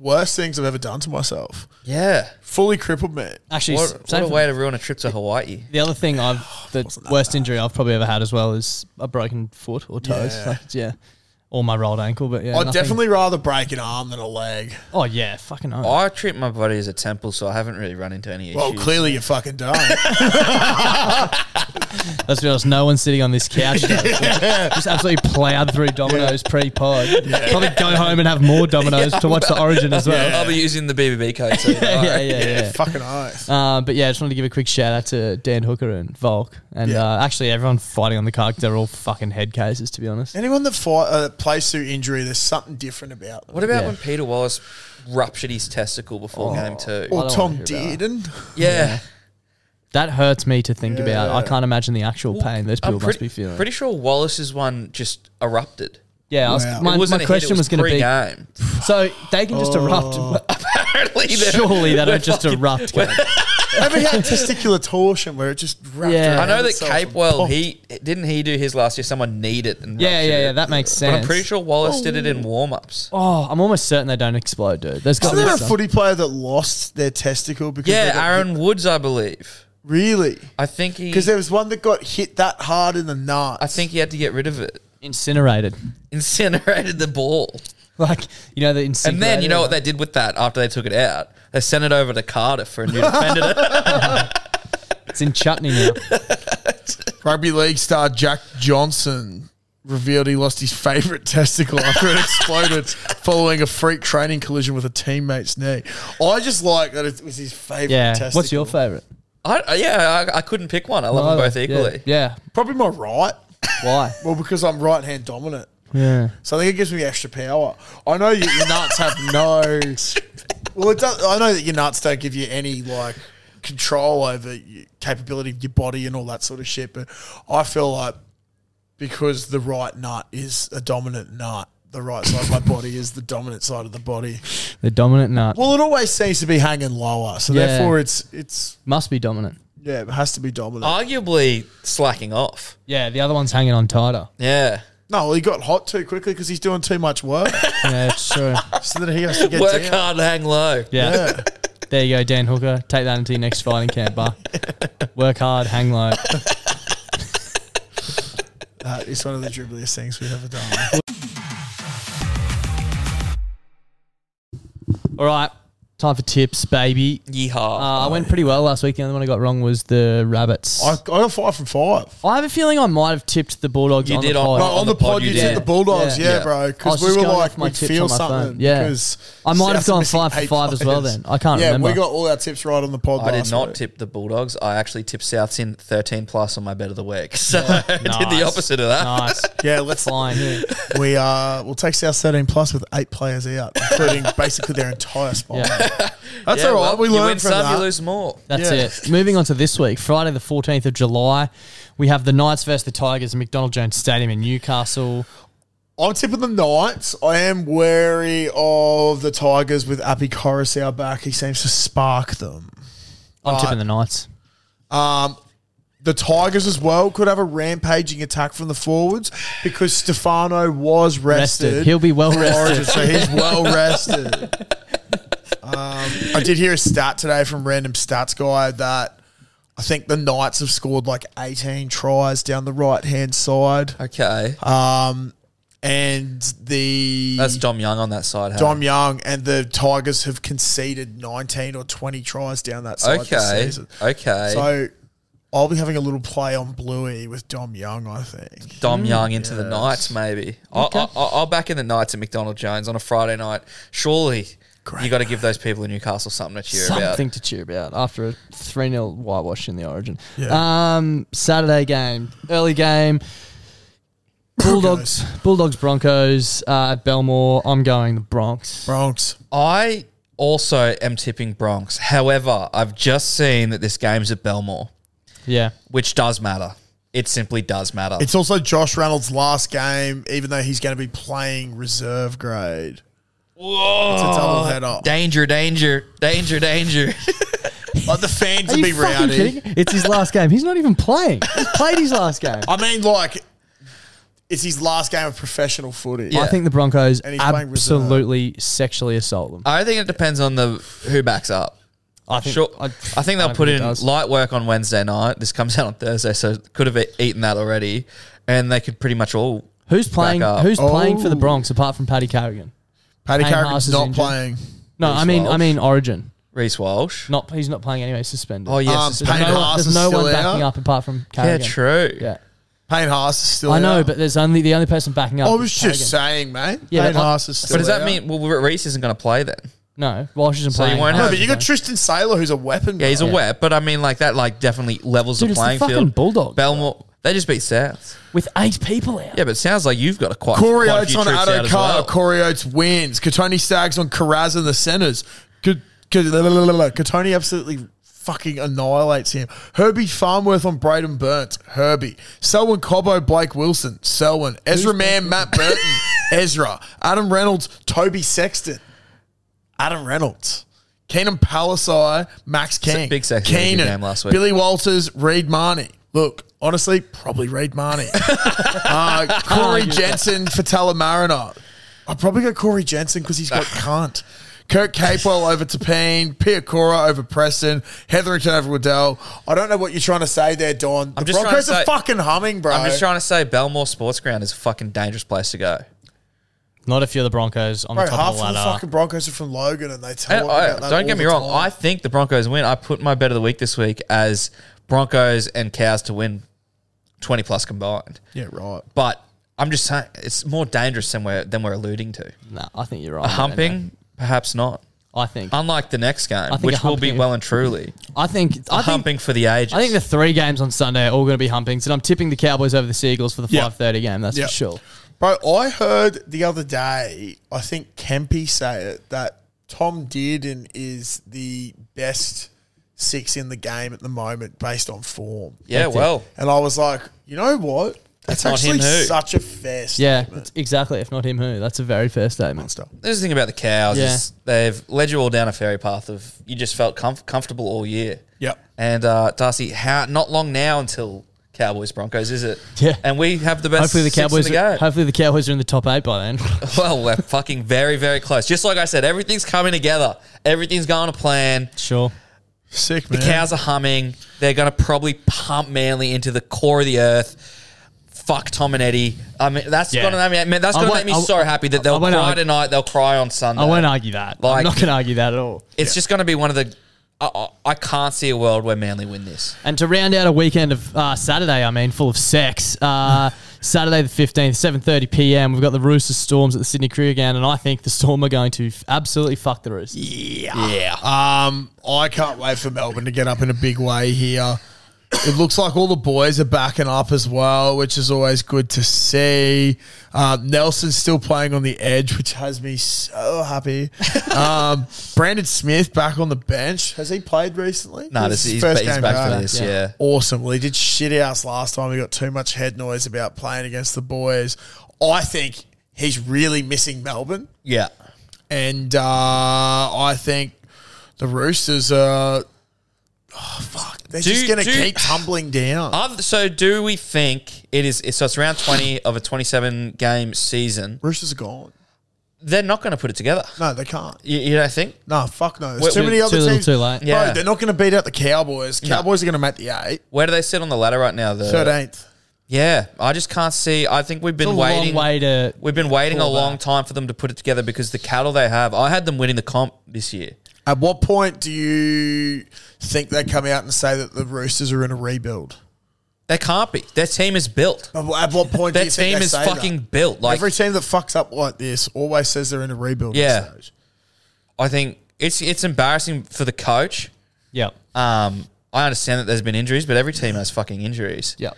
A: worst things I've ever done to myself.
E: Yeah,
A: fully crippled me.
B: Actually,
E: what,
B: s-
E: what
B: same
E: a
B: for
E: way
B: me.
E: to ruin a trip to Hawaii.
B: The other thing I've the worst injury I've probably ever had as well is a broken foot or toes.
A: Yeah.
B: Like, yeah. Or my rolled ankle, but yeah.
A: I'd
B: nothing-
A: definitely rather break an arm than a leg.
B: Oh yeah, fucking oath.
E: I treat my body as a temple, so I haven't really run into any
A: Well,
E: issues.
A: clearly you fucking don't.
B: Let's be honest, no one's sitting on this couch. Just absolutely plowed through dominoes pre-pod. Probably go home and have more dominoes to watch the origin as well.
E: I'll be using the BBB code. So
B: Yeah, yeah, yeah, yeah.
A: Fucking oath.
B: Uh, but yeah, I just wanted to give a quick shout out to Dan Hooker and Volk, and uh, actually everyone fighting on the card. 'cause They're all fucking head cases, to be honest.
A: Anyone that fight, uh, plays through injury, there's something different about them.
E: What about
B: Yeah.
E: when Peter Wallace ruptured his testicle before
B: Oh.
E: game two?
B: Or I don't wanna Tom hear about
A: Dearden?
E: Yeah.
B: That hurts me to think about. I
E: Yeah.
B: can't imagine the actual
E: Well,
B: pain those
E: I'm
B: people must be feeling.
E: Pretty sure Wallace's one just erupted.
B: yeah, I was,
E: It
B: my, my
E: wasn't a hit,
B: question
E: it
B: was, going to be.
E: pre-game.
B: So they can just
E: Oh.
B: erupt. Apparently, surely they
E: they're
B: don't just erupt.
A: Have you had testicular torsion where it just wrapped around
E: I know that
A: itself and
E: Capewell,
A: popped?
E: he didn't he do his last year? Someone kneed it and
B: Yeah,
E: ruptured
B: yeah,
E: it.
B: yeah. That makes
E: But
B: sense.
E: I'm pretty sure Wallace did it in warm ups.
B: Oh, I'm almost certain they don't explode, dude. There's got
A: Isn't
B: to be
A: there a
B: some-
A: footy player that lost their testicle because
E: Yeah,
A: they got
E: Aaron
A: hit?
E: Woods, I believe.
A: Really?
E: I think he
A: Because there was one that got hit that hard in the nuts.
E: I think he had to get rid of it.
B: incinerated.
E: Incinerated the ball.
B: Like you know the
E: And then you
B: incinerated-
E: know what they did with that after they took it out? They sent it over to Cardiff for a new defender.
B: It's in chutney now.
A: Rugby league star Jack Johnson revealed he lost his favourite testicle after it exploded following a freak training collision with a teammate's knee. I just like that it was his favourite
B: Yeah.
A: testicle.
B: What's your favorite?
E: I, I- yeah, I, I couldn't pick one. I love them both equally.
B: Yeah.
A: Probably my right.
B: Why?
A: Well, because I'm right hand dominant.
B: Yeah.
A: So I think it gives me extra power. I know your, your nuts have no. Well, it does, I know that your nuts don't give you any like control over your capability of your body and all that sort of shit. But I feel like because the right nut is a dominant nut, the right side of my body is the dominant side of the body.
B: The dominant nut
A: Well, it always seems to be hanging lower, so
B: Yeah.
A: therefore it's it's
B: must be dominant.
A: yeah, it has to be dominant.
E: Arguably slacking off.
B: Yeah, the other one's hanging on tighter.
E: Yeah.
A: no, well, he got hot too quickly because he's doing too much work,
B: Yeah, it's true.
A: so that he has to get
E: Work
A: down.
E: hard, hang low.
B: Yeah. There you go, Dan Hooker. Take that into your next fighting camp, bar. Work hard, hang low.
A: That is one of the dribbliest things we've ever done.
B: All right, time for tips, baby.
E: Yeehaw.
B: Uh, I went pretty well last week. The only one I got wrong was the rabbits.
A: I, I got five from five.
B: I have a feeling I might have tipped the Bulldogs.
E: You
B: on
E: did
B: the
E: on-
B: pod.
A: No, on, the pod, you
E: did.
A: said the Bulldogs, yeah,
B: Yeah.
A: bro.
B: I was
A: Because we
B: just
A: were
B: going
A: like,
B: off my
A: we
B: tips
A: feel
B: on my phone.
A: something.
B: Yeah.
A: because
B: I might have
A: South's
B: gone
A: missing
B: five for
A: eight
B: five as well
A: players.
B: then. I can't
A: Yeah, we
B: remember.
A: got all our tips right on the pod.
E: I did
A: last
E: not
A: week.
E: tip the Bulldogs. I actually tipped Souths in 13 plus on my bet of the week. So I did
B: Nice.
E: the opposite of that.
B: Nice.
A: Yeah, let's.
B: Fine.
A: We uh, we'll take South thirteen plus with eight players out, including basically their entire spine. That's
E: Yeah,
A: all right.
E: well,
A: we
E: you win
A: learned from
E: some,
A: that.
E: you lose more.
B: That's
A: Yeah.
B: it. Moving on to this week, Friday the 14th of July, we have the Knights versus the Tigers at McDonald Jones Stadium in Newcastle.
A: I'm tipping the Knights. I am wary of the Tigers with Appy Coruscant back. He seems to spark them.
B: I'm
A: Right.
B: tipping the Knights.
A: Um, the Tigers as well could have a rampaging attack from the forwards because Stefano was rested.
B: Rested. He'll be well
A: for
B: rested.
A: Origin, so he's well rested. Um, I did hear a stat today from random stats guy that I think the Knights have scored like 18 tries down the right hand side.
E: Okay.
A: Um, and the
E: That's Dom Young on that side. hey?
A: Dom Young and the Tigers have conceded 19 or 20 tries down that side this
E: Okay,
A: season.
E: okay.
A: So I'll be having a little play on Bluey with Dom Young, I think.
E: Dom Young into the Knights, maybe. I'll,
A: Okay.
E: I'll, I'll back in the Knights at McDonald Jones on a Friday night. Surely you got to give those people in Newcastle something to cheer about.
B: Something to cheer about after a 3 0 whitewash in the origin.
E: Yeah.
B: Um, Saturday game, early game. Bulldogs, Bulldogs, Broncos uh, at Belmore. I'm going the Bronx.
A: Bronx.
E: I also am tipping Bronx. However, I've just seen that this game's at Belmore,
B: Yeah.
E: which does matter. It simply does matter.
A: It's also Josh Reynolds' last game, even though he's going to be playing reserve grade.
E: Whoa.
A: It's a double header.
E: Danger, danger, danger, danger.
A: like the fans
B: Are
A: would
B: you
A: be
B: fucking
A: rowdy.
B: kidding? It's his last game. He's not even playing. He's played his last game.
A: I mean, like, it's his last game of professional footy.
B: I think the Broncos
A: And he's playing reserve.
B: absolutely sexually assault them.
E: I think it depends on the who backs up.
B: I think-
E: sure, I,
B: I-
E: think
B: I
E: they'll
B: don't
E: put
B: think it
E: in
B: does.
E: light work on Wednesday night. This comes out on Thursday, so could have eaten that already, and they could pretty much all.
B: Who's
E: back
B: playing?
E: up.
B: Who's playing
A: Oh.
B: for the Bronx apart from Paddy Carrigan?
A: Paddy
B: Kane Haas
A: Carrigan's
B: is
A: not
B: injured.
A: playing.
B: No,
A: Reece
B: I mean, I
A: Walsh.
B: mean Origin.
E: Reese Walsh.
B: Not he's not playing anyway. Suspended.
E: Oh, yeah, Um,
B: suspended. There's
E: suspended. Payne
B: no one,
E: Haas
B: there's
E: is
B: no
E: still
B: one backing
E: out?
B: up apart from
E: Yeah,
B: Carrigan.
E: true.
B: Yeah,
A: Payne Haas is still.
B: I know,
A: out.
B: but there's only the only person backing up.
A: I
E: Oh,
B: is
A: was just
B: Carrigan.
A: saying, mate.
B: Yeah,
A: Payne
B: but I-
A: Haas is
E: But
A: still.
E: does that
A: out.
E: mean well Reese isn't going to play then?
B: No, Walsh isn't
E: So you
B: playing.
E: won't
A: No,
E: have-
A: but you got Tristan Saylor, who's a weapon.
E: Yeah, he's a
A: bro.
E: wet, but I mean like that like definitely levels
B: Dude,
E: the
B: it's the
E: playing
B: fucking
E: field.
B: Bulldogs.
E: Belmore, they just beat South.
B: with eight people out.
E: Yeah, but it sounds like you've got a quite,
A: Corey
E: quite a
A: Oates
E: few
A: on
E: troops out
A: Addo
E: as
A: Carr.
E: well.
A: Corey Oates wins. Katoni Staggs on Carraz in the centres. Ka- Ka- la- la- la- la- la. Katoni absolutely fucking annihilates him. Herbie Farmworth on Braden Burnt. Herbie. Selwyn Cobbo, Blake Wilson. Selwyn. Ezra Mann, Matt Burton. Ezra. Adam Reynolds, Toby Sexton. Adam Reynolds. Keenan Palisai, Max King.
E: big Sexton had a good
A: Keenan.
E: game last week.
A: Billy Walters, Reed Marnie. Look, honestly, probably Reed Marnie. Uh, Corey Jensen for Talamariner. I'd probably go Corey Jensen because he's got cunt. Kirk Capewell over Tapine, Pia Cora over Preston, Hetherington over Waddell. I don't know what you're trying to say there, Don. The
E: I'm just
A: Broncos
E: trying to
A: are
E: say-
A: fucking humming, bro.
E: I'm just trying to say Belmore Sports Ground is a fucking dangerous place to go.
B: Not if you're the Broncos on
A: Bro,
B: the top
A: half
B: of
A: of
B: the ladder.
A: the fucking Broncos are from Logan, and they
E: And
A: tell me
E: I,
A: about that
E: don't get
A: all
E: me
A: the
E: wrong.
A: time.
E: I think the Broncos win. I put my bet of the week this week as Broncos and Cows to win 20 plus combined.
A: yeah, right.
E: But I'm just saying it's more dangerous than we're, than we're alluding to.
B: no, I think you're right.
E: A
B: there,
E: humping, perhaps not.
B: mate. I think.
E: Unlike the next game,
B: think
E: which
B: a
E: will be
B: humping-
E: well and truly
B: I think.
E: a
B: I think.
E: humping for the ages.
B: I think the three games on Sunday are all going to be humpings, and I'm tipping the Cowboys over the Seagulls for the
A: Yeah.
B: 5:30 game. That's
A: Yeah.
B: for sure.
A: Bro, I heard the other day, I think Kempy say it, that Tom Dearden is the best six in the game at the moment based on form.
E: yeah, well,
A: And I was like, you know what? That's
E: If not
A: actually
E: him, who?
A: such a fair
B: Yeah,
A: statement.
B: that's exactly. If not him, who? That's a very fair statement.
E: This is the thing about the cows
B: Yeah.
E: is they've led you all down a fairy path of you just felt comf- comfortable all year.
A: Yep.
E: And uh, Darcy, how not long now until Cowboys Broncos is it?
B: Yeah.
E: And we have the best.
B: Hopefully the Cowboys.
E: In the
B: Are,
E: game.
B: hopefully the Cowboys are in the top eight by then.
E: well, we're fucking very very close. Just like I said, everything's coming together. Everything's going to plan.
B: sure.
A: Sick,
E: The
A: man.
E: cows are humming. They're going to probably pump Manly into the core of the earth. Fuck Tom and Eddie. I mean, that's
B: Yeah.
E: gonna. I mean, man, that's
B: I
E: gonna
B: won't-
E: make me
B: I-
E: so happy that
B: I
E: they'll
B: won't
E: cry
B: argue-
E: tonight. They'll cry on Sunday.
B: I won't argue that.
E: Like-
B: I'm not going to argue that at all.
E: It's just going to be one of the. I- I, I can't see a world where Manly win this.
B: And to round out a weekend of uh, Saturday, I mean, full of sex. Uh, Saturday the fifteenth, seven thirty p.m. We've got the Roosters Storms at the Sydney Cricket Ground, and I think the Storm are going to f- absolutely fuck the Roosters.
A: Yeah. Um, I can't wait for Melbourne to get up in a big way here. It looks like all the boys are backing up as well, which is always good to see. Um, Nelson's still playing on the edge, which has me so happy. Um, Brandon Smith back on the bench. Has he played recently?
E: No,
A: This
E: this,
A: is
E: he's,
A: first
E: he's
A: game
E: back
A: back.
E: for this.
B: Yeah.
E: Yeah.
A: Awesome. Well, he did shit house last time. We got too much head noise about playing against the boys. I think he's really missing Melbourne.
E: yeah,
A: And uh, I think the Roosters are. Oh, fuck. They're
E: Do-
A: just going to
E: do-
A: keep tumbling down.
E: Um, so, do we think it is? So it's round twenty of a twenty-seven game season.
A: Roosters are gone.
E: they're not going to put it together.
A: No, they can't.
E: You, you don't think?
A: No, fuck no. There's
E: Wait,
A: too
E: we-
A: many other
E: too little,
A: teams.
E: too late.
A: Bro,
E: Yeah.
A: they're not going to beat out the Cowboys.
E: No.
A: Cowboys are going to make the eight.
E: Where do they sit on the ladder right now? The
A: 13th.
E: Yeah, I just can't see. I think we've been
B: It's a long
E: waiting.
B: way to
E: we've been waiting a
B: claw
E: long
B: back.
E: time for them to put it together because the cattle they have. I had them winning the comp this year.
A: At what point do you think they come out and say that the Roosters are in a rebuild?
E: They can't be. Their team is built.
A: At what point
E: Their
A: do you think
E: team
A: they
E: is
A: say that?
E: fucking built. Like
A: Every team that fucks up like this always says they're in a rebuild.
E: yeah, I think it's it's embarrassing for the coach.
B: Yeah.
E: Um, I understand that there's been injuries, but every team has fucking injuries.
B: Yeah.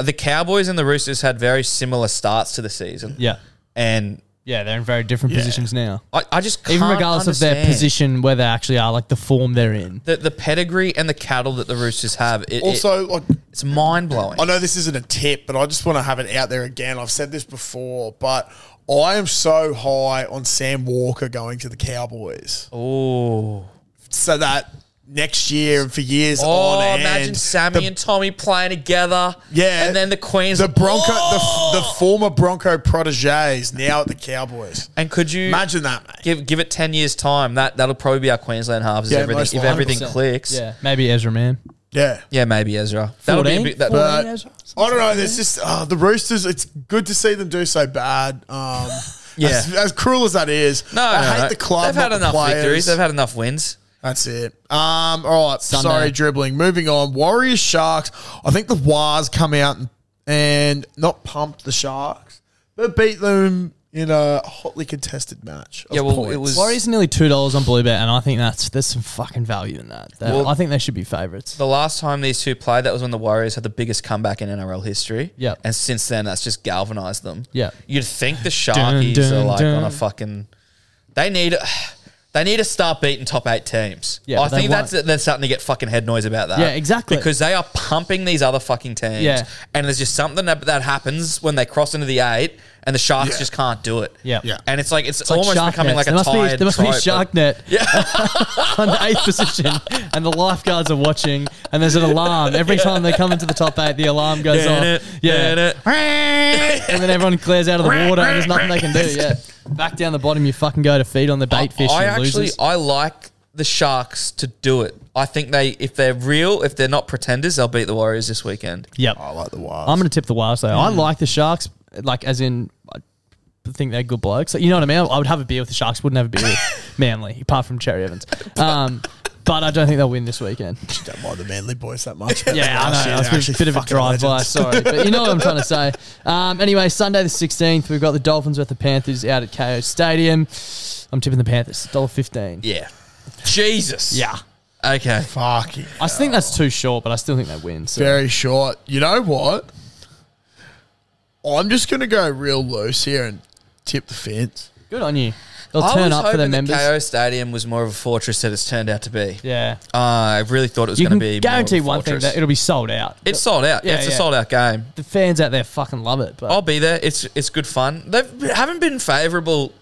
E: The Cowboys and the Roosters had very similar starts to the season.
B: Yeah.
E: And
B: yeah, they're in very different
E: Yeah.
B: positions now.
E: I, I just can't
B: Even regardless of their
E: understand.
B: position, where they actually are, like the form they're in.
E: the, the pedigree and the cattle that the Roosters have. It,
A: Also, like
E: it's mind blowing.
A: I know this isn't a tip, but I just want to have it out there again. I've said this before, but I am so high on Sam Walker going to the Cowboys.
E: Oh,
A: so that next year and for years
E: oh,
A: on end,
E: imagine Sammy and Tommy playing together.
A: Yeah,
E: and then the Queens, Oh!
A: the Bronco, the, the former Bronco proteges, now at the Cowboys.
E: And could you
A: imagine that, mate?
E: Give give it ten years time. That that'll probably be our Queensland halves.
A: Yeah,
E: if everything,
A: most
E: if everything
A: 100%.
E: clicks,
B: Yeah. Maybe Ezra Man.
A: Yeah,
E: yeah, maybe Ezra. That'll be a
B: 14?
E: bit, that,
A: But I don't know. There's just uh, the Roosters. It's good to see them do so bad. Um,
E: Yeah.
A: as, as cruel as that is,
E: no,
A: I
E: no,
A: hate
E: no.
A: the club.
E: They've had
A: not the
E: enough
A: players.
E: victories. They've had enough wins.
A: That's it. Um, all right,
E: Sunday.
A: sorry, dribbling. Moving on. Warriors Sharks. I think the Wars come out and, and not pumped the Sharks, but beat them in a hotly contested match. of points.
B: Warriors are nearly two dollars on Blue Bet, and I think that's there's some fucking value in that. That-
E: Well-
B: I think they should be favourites.
E: The last time these two played, that was when the Warriors had the biggest comeback in NRL history.
B: Yeah.
E: and since then, that's just galvanized them.
B: Yeah.
E: you'd think the Sharkies
B: Dun, dun,
E: are like on a
B: dun.
E: fucking. They need, they need to start beating top eight teams.
B: Yeah,
E: I
B: but they
E: think that's
B: won't.
E: they're starting to get fucking head noise about that.
B: Yeah, exactly.
E: Because they are pumping these other fucking teams.
B: Yeah.
E: and there's just something that, that happens when they cross into the eight, and the Sharks just can't do it.
B: Yeah. Yeah.
E: and it's like it's,
B: It's like
E: almost
B: shark
E: becoming
B: nets.
E: like a
B: there must
E: tired
B: be, there must
E: trope,
B: be
E: but-
B: shark net on the eighth position, and the lifeguards are watching, and there's an alarm every time they come into the top eight. The alarm goes
E: Yeah,
B: off,
E: it,
B: yeah, and then everyone clears out of the water, and there's nothing they can do. Yeah, back down the bottom, you fucking go to feed on the bait fish.
E: I
B: and
E: actually
B: losers.
E: I like the Sharks to do it. I think they if they're real, if they're not pretenders, they'll beat the Warriors this weekend.
B: Yep.
A: I like the Warriors.
B: I'm going to tip the Wiles though. I
E: Mm.
B: like the Sharks, like as in, I think they're good blokes. Like, you know what I mean? I would have a beer with the Sharks. Wouldn't have a beer with Manly, apart from Cherry Evans. Um, but I don't think they'll win this weekend.
A: don't mind the Manly boys that much. but
B: Yeah, I
A: last
B: know.
A: year
B: That's
A: they're
B: a
A: actually
B: bit of a
A: fucking
B: drive by.
A: legends.
B: Sorry, but you know what I'm trying to say. Um, anyway, Sunday the 16th, we've got the Dolphins at the Panthers out at KO Stadium. I'm tipping the Panthers. Dollar fifteen.
E: Yeah. Jesus.
B: Yeah.
E: Okay.
A: Fuck. it.
B: I think that's too short, but I still think they win. So.
A: Very short. You know what? I'm just going to go real loose here and tip the fence.
B: Good on you. They'll
E: I
B: turn
E: was
B: up for their
E: hoping
B: members.
E: The KO Stadium was more of a fortress that it's turned out to be.
B: Yeah.
E: Uh, I really thought it was
B: you
E: going
B: can
E: to be.
B: guarantee
E: more
B: one
E: of a
B: thing
E: fortress.
B: that it'll be sold out.
E: It's sold out. Yeah,
B: Yeah,
E: it's a
B: yeah.
E: sold out game.
B: The fans out there fucking love it. But
E: I'll be there. It's it's good fun. They haven't been favourable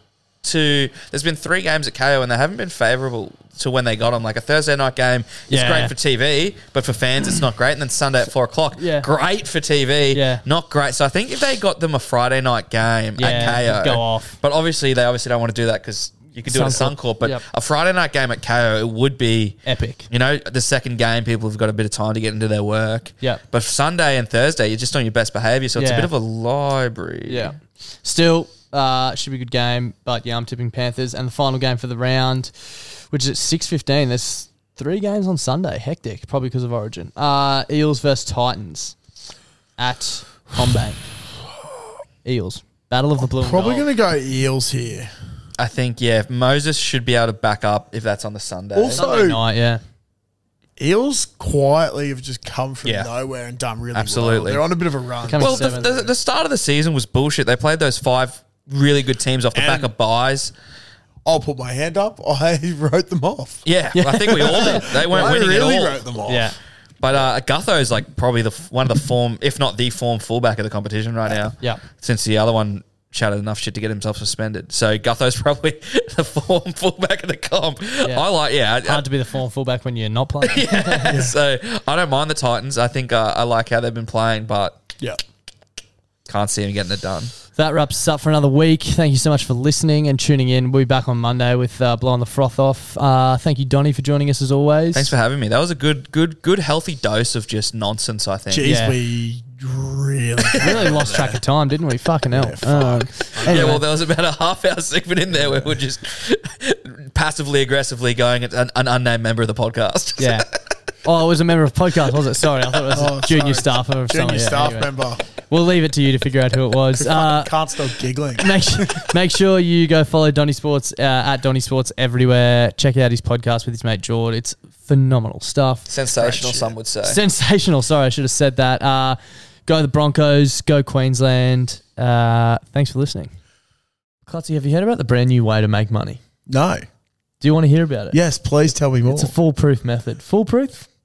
E: to. There's been three games at KO, and they haven't been favourable to when they got them. Like a Thursday night game is
B: Yeah.
E: great for TV, but for fans, it's not great. And then Sunday at four o'clock,
B: Yeah.
E: great for TV,
B: Yeah.
E: not great. So I think if they got them a Friday night game
B: Yeah,
E: at KO,
B: go off.
E: But obviously, they obviously don't want to do that because. You could do it at
B: Suncorp.
E: Suncorp, but
B: Yep.
E: a Friday night game at KO it would be
B: Epic.
E: You know, the second game people have got a bit of time to get into their work.
B: Yep.
E: But Sunday and Thursday, you're just on your best behavior, so it's a
B: Yeah.
E: bit of a library.
B: yeah, still uh, should be a good game. But yeah, I'm tipping Panthers and the final game for the round, which is at six fifteen. There's three games on Sunday. Hectic, probably because of Origin. Uh, Eels versus Titans at Combank. Eels battle of the blue. and
A: Probably
B: gold.
A: going to go Eels here.
E: I think yeah, if Moses should be able to back up if that's on the Sunday.
A: Also,
B: yeah.
A: Eels quietly have just come from
E: Yeah.
A: nowhere and done really
E: Absolutely.
A: well. They're on a bit of a run.
E: well, the, the, the start of the season was bullshit. They played those five really good teams off the back of buys.
A: I'll put my hand up. I wrote them off.
E: Yeah, I think we all did. They weren't
A: I
E: winning
A: really
E: at all.
A: wrote them off.
B: Yeah.
E: But uh, Gutho's like probably the f- one of the form, if not the form fullback of the competition right now.
B: Yeah.
E: Since the other one chatted enough shit to get himself suspended, so Gutho's probably the form fullback of the comp. I like yeah. I-
B: Hard to be the form fullback when you're not playing.
E: so I don't mind the Titans. I think uh, I like how they've been playing, but
A: yeah,
E: can't see them getting it done.
B: That wraps us up for another week. Thank you so much for listening and tuning in. We'll be back on Monday with uh, Blowing the Froth Off. Uh, thank you, Donny, for joining us as always.
E: Thanks for having me. That was a good, good, good, healthy dose of just nonsense. I think.
B: Jeez, Yeah.
A: we really,
B: really lost track of time, didn't we? Fucking hell. Um,
E: Yeah,
B: anyway.
E: well, there was about a half hour segment in there where we're just passively aggressively going at an, an unnamed member of the podcast.
B: Yeah. Oh, it was a member of podcast, was it? Sorry, I thought it was
E: Oh,
B: a junior
E: sorry.
B: staff or something.
E: Junior staff
A: member.
B: We'll leave it to you to figure out who it was. Uh,
A: can't stop giggling.
B: make, su- make sure you go follow Donny Sports uh, at Donny Sports everywhere. Check out his podcast with his mate Jord. It's phenomenal stuff.
E: Sensational, some would say.
B: Sensational. Sorry, I should have said that. Uh, go the Broncos. Go Queensland. Uh, thanks for listening. Clutzy, have you heard about the brand new way to make money?
A: No.
B: Do you want to hear about it?
A: Yes, please tell me more.
B: It's a foolproof method. Foolproof?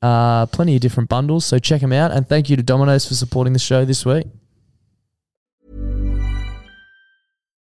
B: Uh, plenty of different bundles, so check them out. And thank you to Domino's for supporting the show this week.